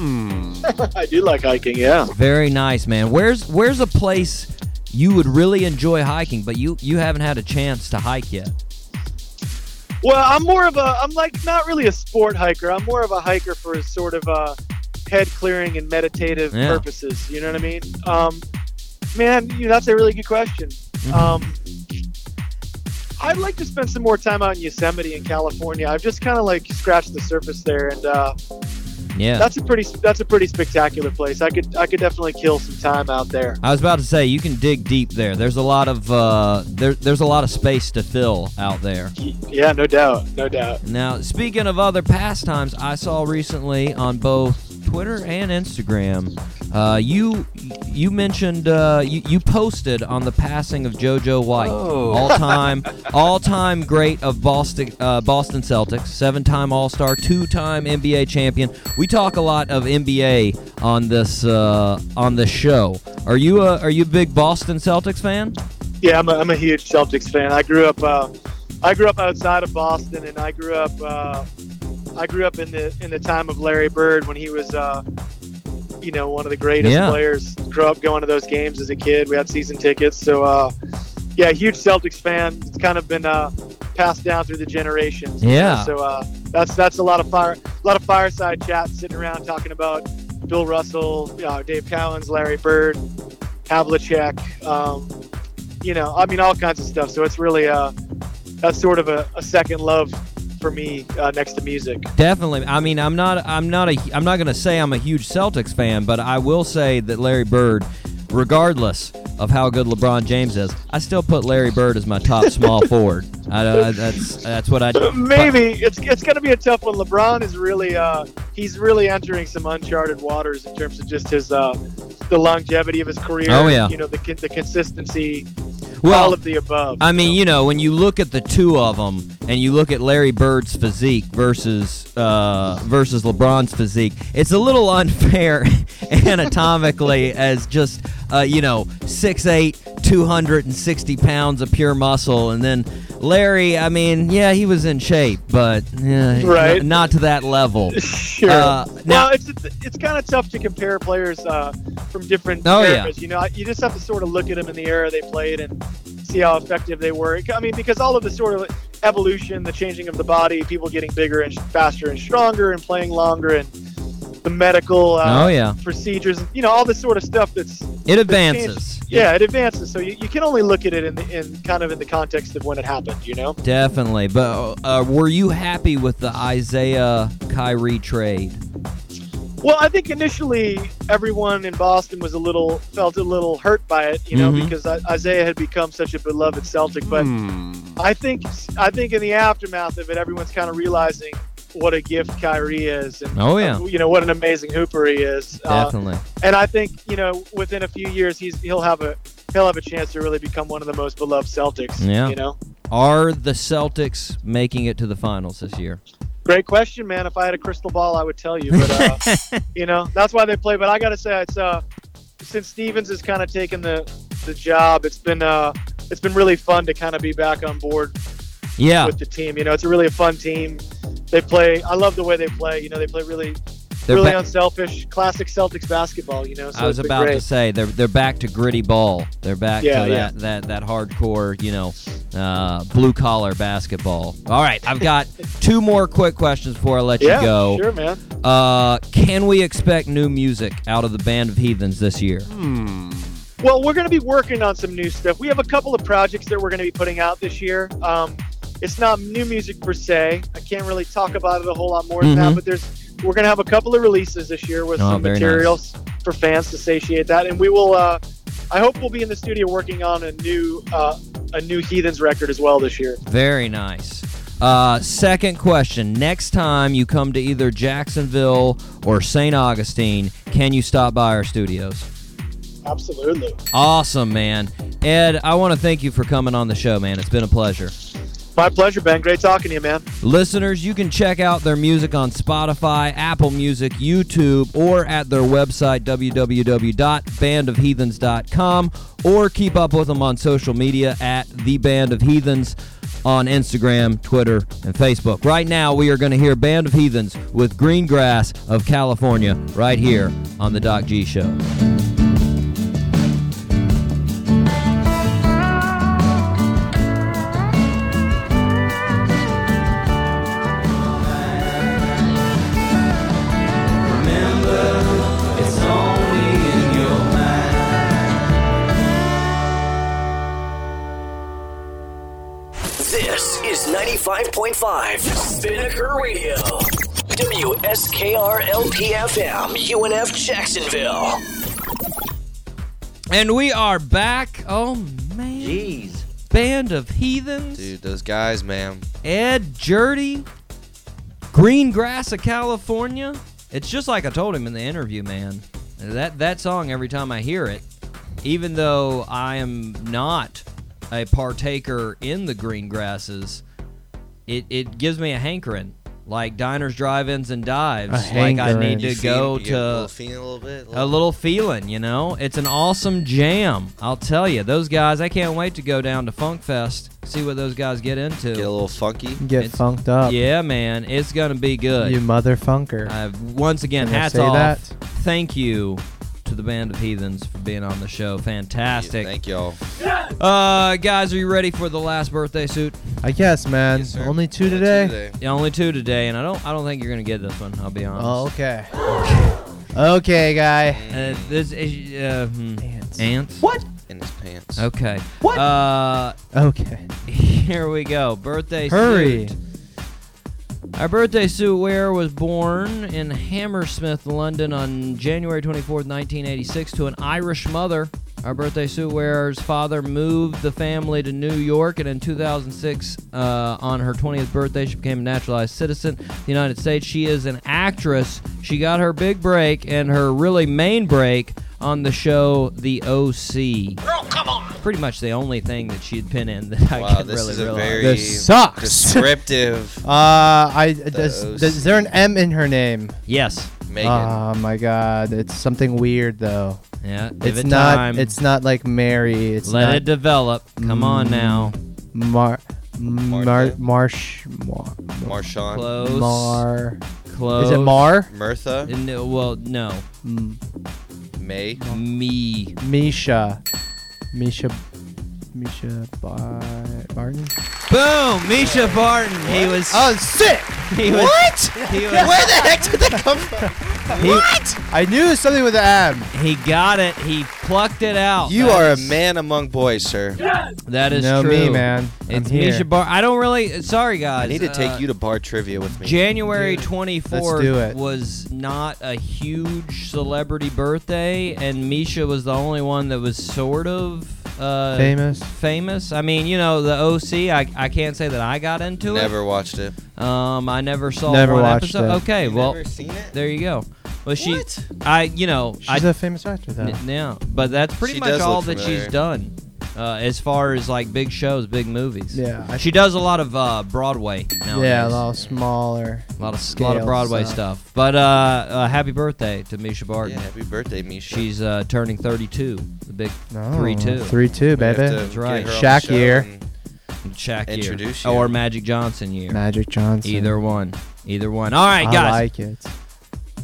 I: I do like hiking. Yeah.
B: Very nice, man. Where's where's a place you would really enjoy hiking, but you you haven't had a chance to hike yet?
I: Well, I'm more of a I'm like not really a sport hiker. I'm more of a hiker for sort of uh, head clearing and meditative
B: Yeah.
I: purposes. You know what I mean? Um, man, you know, that's a really good question. Um, I'd like to spend some more time out in Yosemite in California. I've just kind of like scratched the surface there, and uh,
B: Yeah.
I: that's a pretty that's a pretty spectacular place. I could I could definitely kill some time out there.
B: I was about to say you can dig deep there. There's a lot of uh, there, there's a lot of space to fill out there.
I: Yeah, no doubt, no doubt.
B: Now, speaking of other pastimes, I saw recently on both Twitter and Instagram, uh, you you mentioned uh, you, you posted on the passing of JoJo White, all time all time great of Boston uh, Boston Celtics, seven time All Star, two time NBA champion. We talk a lot of NBA on this uh, on this show. Are you a are you a big Boston Celtics fan?
I: Yeah, I'm a, I'm a huge Celtics fan. I grew up, uh, I grew up outside of Boston, and I grew up, uh, I grew up in the in the time of Larry Bird when he was, uh, you know, one of the greatest
B: Yeah.
I: players. Grew up going to those games as a kid. We had season tickets, so uh, yeah, huge Celtics fan. It's kind of been uh, passed down through the generations. you know,
B: Yeah.
I: So uh, that's that's a lot of fire, a lot of fireside chat, sitting around talking about Bill Russell, uh, Dave Cowens, Larry Bird, Havlicek. Um, you know, I mean, all kinds of stuff. So it's really uh, that's sort of a, a second love for me uh, next to music.
B: Definitely. I mean, I'm not. I'm not a. I'm not going to say I'm a huge Celtics fan, but I will say that Larry Bird, regardless of how good LeBron James is, I still put Larry Bird as my top small forward. I, I, that's that's what I.
I: Maybe it's it's going to be a tough one. LeBron is really uh, he's really entering some uncharted waters in terms of just his uh, the longevity of his career.
B: Oh, yeah.
I: you know the con- the consistency,
B: Well,
I: all of the above.
B: I mean, you know, when you look at the two of them, and you look at Larry Bird's physique versus uh, versus LeBron's physique, it's a little unfair anatomically, as just uh, you know, 6'8", 260 pounds of pure muscle, and then Larry. I mean, yeah, he was in shape, but yeah, n-
I: Right.
B: not to that level.
I: Sure.
B: Uh, now-
I: now, it's it's kind of tough to compare players uh, from different
B: Oh, yeah.
I: eras. You know, you just have to sort of look at them in the era they played and see how effective they were. I mean, because all of the sort of evolution, the changing of the body, people getting bigger and faster and stronger and playing longer, and the medical uh,
B: oh yeah,
I: procedures, you know, all this sort of stuff that's
B: it
I: that's changed.
B: advances.
I: Yeah, it advances. So you, you can only look at it in, the, in kind of in the context of when it happened. You know.
B: Definitely, but uh, were you happy with the Isaiah Kyrie trade?
I: Well, I think initially everyone in Boston was a little felt a little hurt by it, you know,
B: Mhm.
I: because I, Isaiah had become such a beloved Celtic. But
B: Hmm.
I: I think I think in the aftermath of it, everyone's kind of realizing what a gift Kyrie is, and uh,
B: Oh, yeah.
I: you know what an amazing hooper he is. Uh,
B: Definitely.
I: and I think you know within a few years he's he'll have a he'll have a chance to really become one of the most beloved Celtics.
B: Yeah.
I: You know,
B: Are the Celtics making it to the finals this year?
I: great question, man. If I had a crystal ball, I would tell you, but. Uh, you know that's why they play but i gotta say it's uh since stevens has kind of taken the the job it's been uh it's been really fun to kind of be back on board
B: yeah,
I: with the team you know it's a really fun team they play i love the way they play you know they play really
B: they're
I: really
B: ba-
I: unselfish classic celtics basketball you know so
B: I was
I: it's been
B: about
I: great.
B: to say they're they're back to gritty ball. They're back
I: Yeah,
B: to
I: yeah.
B: that, that that hardcore, you know, uh, blue collar basketball. All right, I've got two more quick questions before I let
I: yeah
B: you go.
I: sure man
B: Uh, can we expect new music out of the band of Heathens this year?
I: Well, we're going to be working on some new stuff. We have a couple of projects that we're going to be putting out this year. Um, it's not new music per se. I can't really talk about it a whole lot more than
B: Mhm.
I: that. But there's we're going to have a couple of releases this year with
B: Oh,
I: some
B: very nice.
I: materials for fans to satiate that, and we will. Uh, I hope we'll be in the studio working on a new uh, a new Heathens record as well this year.
B: Very nice. Uh, second question. Next time you come to either Jacksonville or St. Augustine, can you stop by our studios?
I: Absolutely.
B: Awesome, man. Ed, I want to thank you for coming on the show, man. It's been a pleasure.
I: My pleasure, Ben. Great talking to you, man.
B: Listeners, you can check out their music on Spotify, Apple Music, YouTube, or at their website, www.bandofheathens.com, or keep up with them on social media at The Band of Heathens on Instagram, Twitter, and Facebook. Right now, we are going to hear Band of Heathens with Green Grass of California right here on The Doc G Show.
J: This is 95.5 Spinnaker Radio. WSKRLPFM, UNF Jacksonville.
B: And we are back. Oh, man.
J: Jeez.
B: Band of Heathens.
C: Dude, those guys, man.
B: Ed Jerdy, Green Grass of California. It's just like I told him in the interview, man. That that song every time I hear it, even though I am not a partaker in the green grasses, it, it gives me a hankering. Like diners, drive-ins, and dives.
D: A
B: like I
D: hankering.
B: need to
D: You
B: go
C: Feeling- you get a
B: to
C: little, feeling a little bit.
B: a little feeling, you know? It's an awesome jam. I'll tell you, those guys. I can't wait to go down to Funk Fest, see what those guys get into.
C: Get a little funky.
D: Get
B: It's-
D: funked up.
B: Yeah, man, it's gonna be good.
D: You motherfunker.
B: Uh, once again,
D: Can I
B: hats
D: say
B: off.
D: that?
B: Thank you to the band of heathens for being on the show. Fantastic.
C: Thank y'all.
B: Uh, guys, are you ready for the last birthday suit?
D: I guess, man.
C: Yes, sir.
D: Only two today.
B: Yeah, only two today, and I don't, I don't think you're gonna get this one. I'll be
D: Oh,
B: honest.
D: okay. okay, guy.
B: Uh, this is uh, hmm.
D: Ants.
B: Ants?
D: What?
C: In his pants.
B: Okay. What? Uh,
D: Okay.
B: here we go. Birthday
D: Hurry.
B: suit. Our birthday suit wearer was born in Hammersmith, London on January 24th, 1986, to an Irish mother. Our birthday suit wearer's father moved the family to New York, and in 2006, uh, on her 20th birthday, she became a naturalized citizen of the United States. She is an actress. She got her big break and her really main break on the show The OC. Pretty much the only thing that she'd pin in that I
C: Wow,
B: could
C: this
B: really
C: is a
B: realize.
C: very
D: This sucks.
C: descriptive.
D: Uh, I does, does, is there an
C: OC.
D: M in her name?
B: Yes.
C: Megan.
B: Ah.
D: Oh my God! It's something weird though.
B: Yeah. Give
D: it's
B: it
D: not.
B: time.
D: It's not like Mary. It's
B: Let
D: not
B: it develop. Come on now.
D: Mar, Mar,
C: Martha?
D: Marsh, Mar,
C: Marshawn.
B: Close.
D: Mar.
B: Close.
D: Is it Mar?
C: Mirtha.
B: No, well, no.
D: M-
C: May.
B: Me.
D: Misha, Misha, Misha Bar- Barton.
B: Boom! Misha Barton. He was.
D: Oh, sick!
B: he was,
D: What?
B: He was.
D: Where the heck did that come from? what? I knew it was something with an M.
B: He got it. He plucked it out.
C: You
B: That
C: are a
B: is-
C: man among boys, sir.
B: That is
D: know
B: true.
D: me, man. I'm
B: It's
D: here.
B: Misha Barton. I don't really. Sorry, guys.
C: I need to
B: Uh,
C: take you to bar trivia with me.
B: January
D: Dude,
B: 24th
D: it.
B: was not a huge celebrity birthday, and Misha was the only one that was sort of uh,
D: Famous.
B: Famous. I mean, you know, the OC. I, I can't say that I got into
C: Never watched it.
B: it. Um, I never saw
D: Never
B: one
D: watched
B: episode.
D: it.
B: Okay, well,
C: seen it?
B: there you go. Well, she,
C: What?
B: I, you know, I
D: She's a famous actor, though.
B: N- Yeah, but that's pretty
C: She
B: much
C: does
B: all
C: look
B: that
C: familiar.
B: she's done, uh, as far as like big shows, big movies.
D: Yeah, I-
B: she does a lot of uh, Broadway now.
D: Yeah, a little smaller.
B: a lot of
D: scale
B: lot of Broadway
D: stuff.
B: stuff. But uh, uh, happy birthday to Misha Barton.
C: Yeah, happy birthday, Misha.
B: She's uh, turning 32. The big
D: No,
B: three two.
D: Oh, Three two,
C: We have to
D: baby.
C: get
B: right.
C: her on the
D: Shaq
C: show
D: year.
C: and-
B: Shaq year.
C: Introduce you.
B: or Magic Johnson year.
D: Magic Johnson.
B: Either one. Either one. All right,
D: I
B: guys.
D: like it.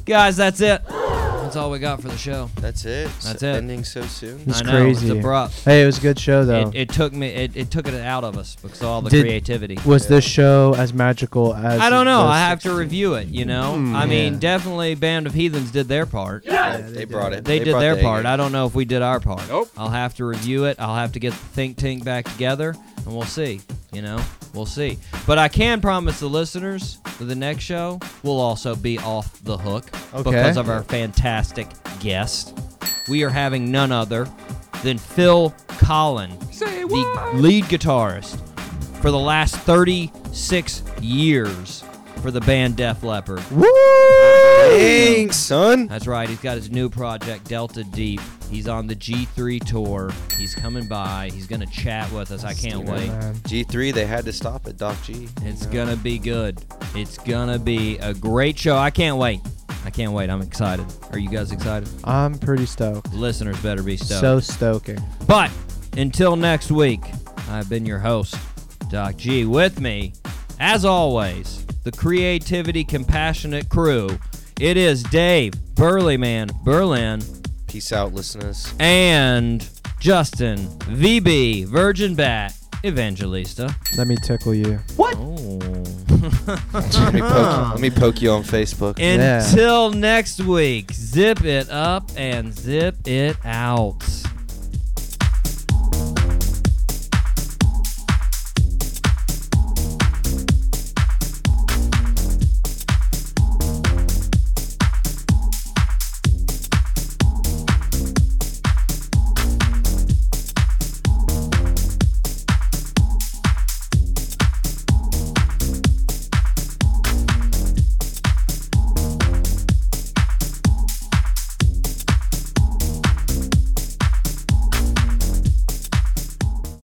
B: Guys, that's it. That's all we got for the show.
C: That's it. S-
B: That's it.
C: Ending so soon.
D: It's
B: I know
D: crazy.
B: it's abrupt.
D: Hey, it was a good show though.
B: It, it took me. It, it took it out of us because of all the
D: Did-
B: creativity.
D: was this show as magical as?
B: I don't know.
D: the
B: I have to
D: 16?
B: review it. You know,
C: Hmm.
B: I mean,
D: Yeah.
B: definitely Band of Heathens did their part.
C: Yeah, they, brought it.
B: They, did
C: brought
B: their
C: the A
B: part.
C: game.
B: I don't know if we did our part.
A: Nope.
B: I'll have to review it. I'll have to get the think tank back together, and we'll see. You know, we'll see. But I can promise the listeners that the next show will also be off the hook
D: Okay.
B: because of our fantastic guest. We are having none other than Phil Collin, the lead guitarist for the last 36 years for the band Def Leppard.
C: Thanks, son.
B: That's right. He's got his new project, Delta Deep. He's on the G3 tour. He's coming by. He's going to chat with us. I can't wait.
C: G3, they had to stop at Doc G.
B: It's going to be good. It's going to be a great show. I can't wait. I can't wait. I'm excited. Are you guys excited?
D: I'm pretty stoked.
B: Listeners better be stoked.
D: So stoking.
B: But until next week, I've been your host, Doc G. With me, as always, the creativity compassionate crew. It is Dave, Burleyman, Berlin,
C: Peace out, listeners.
B: and Justin, VB, Virgin Bat, Evangelista.
D: Let me tickle you.
C: Let me
D: Uh-huh.
C: poke you, let me poke you on Facebook.
D: Yeah.
B: Until next week, zip it up and zip it out.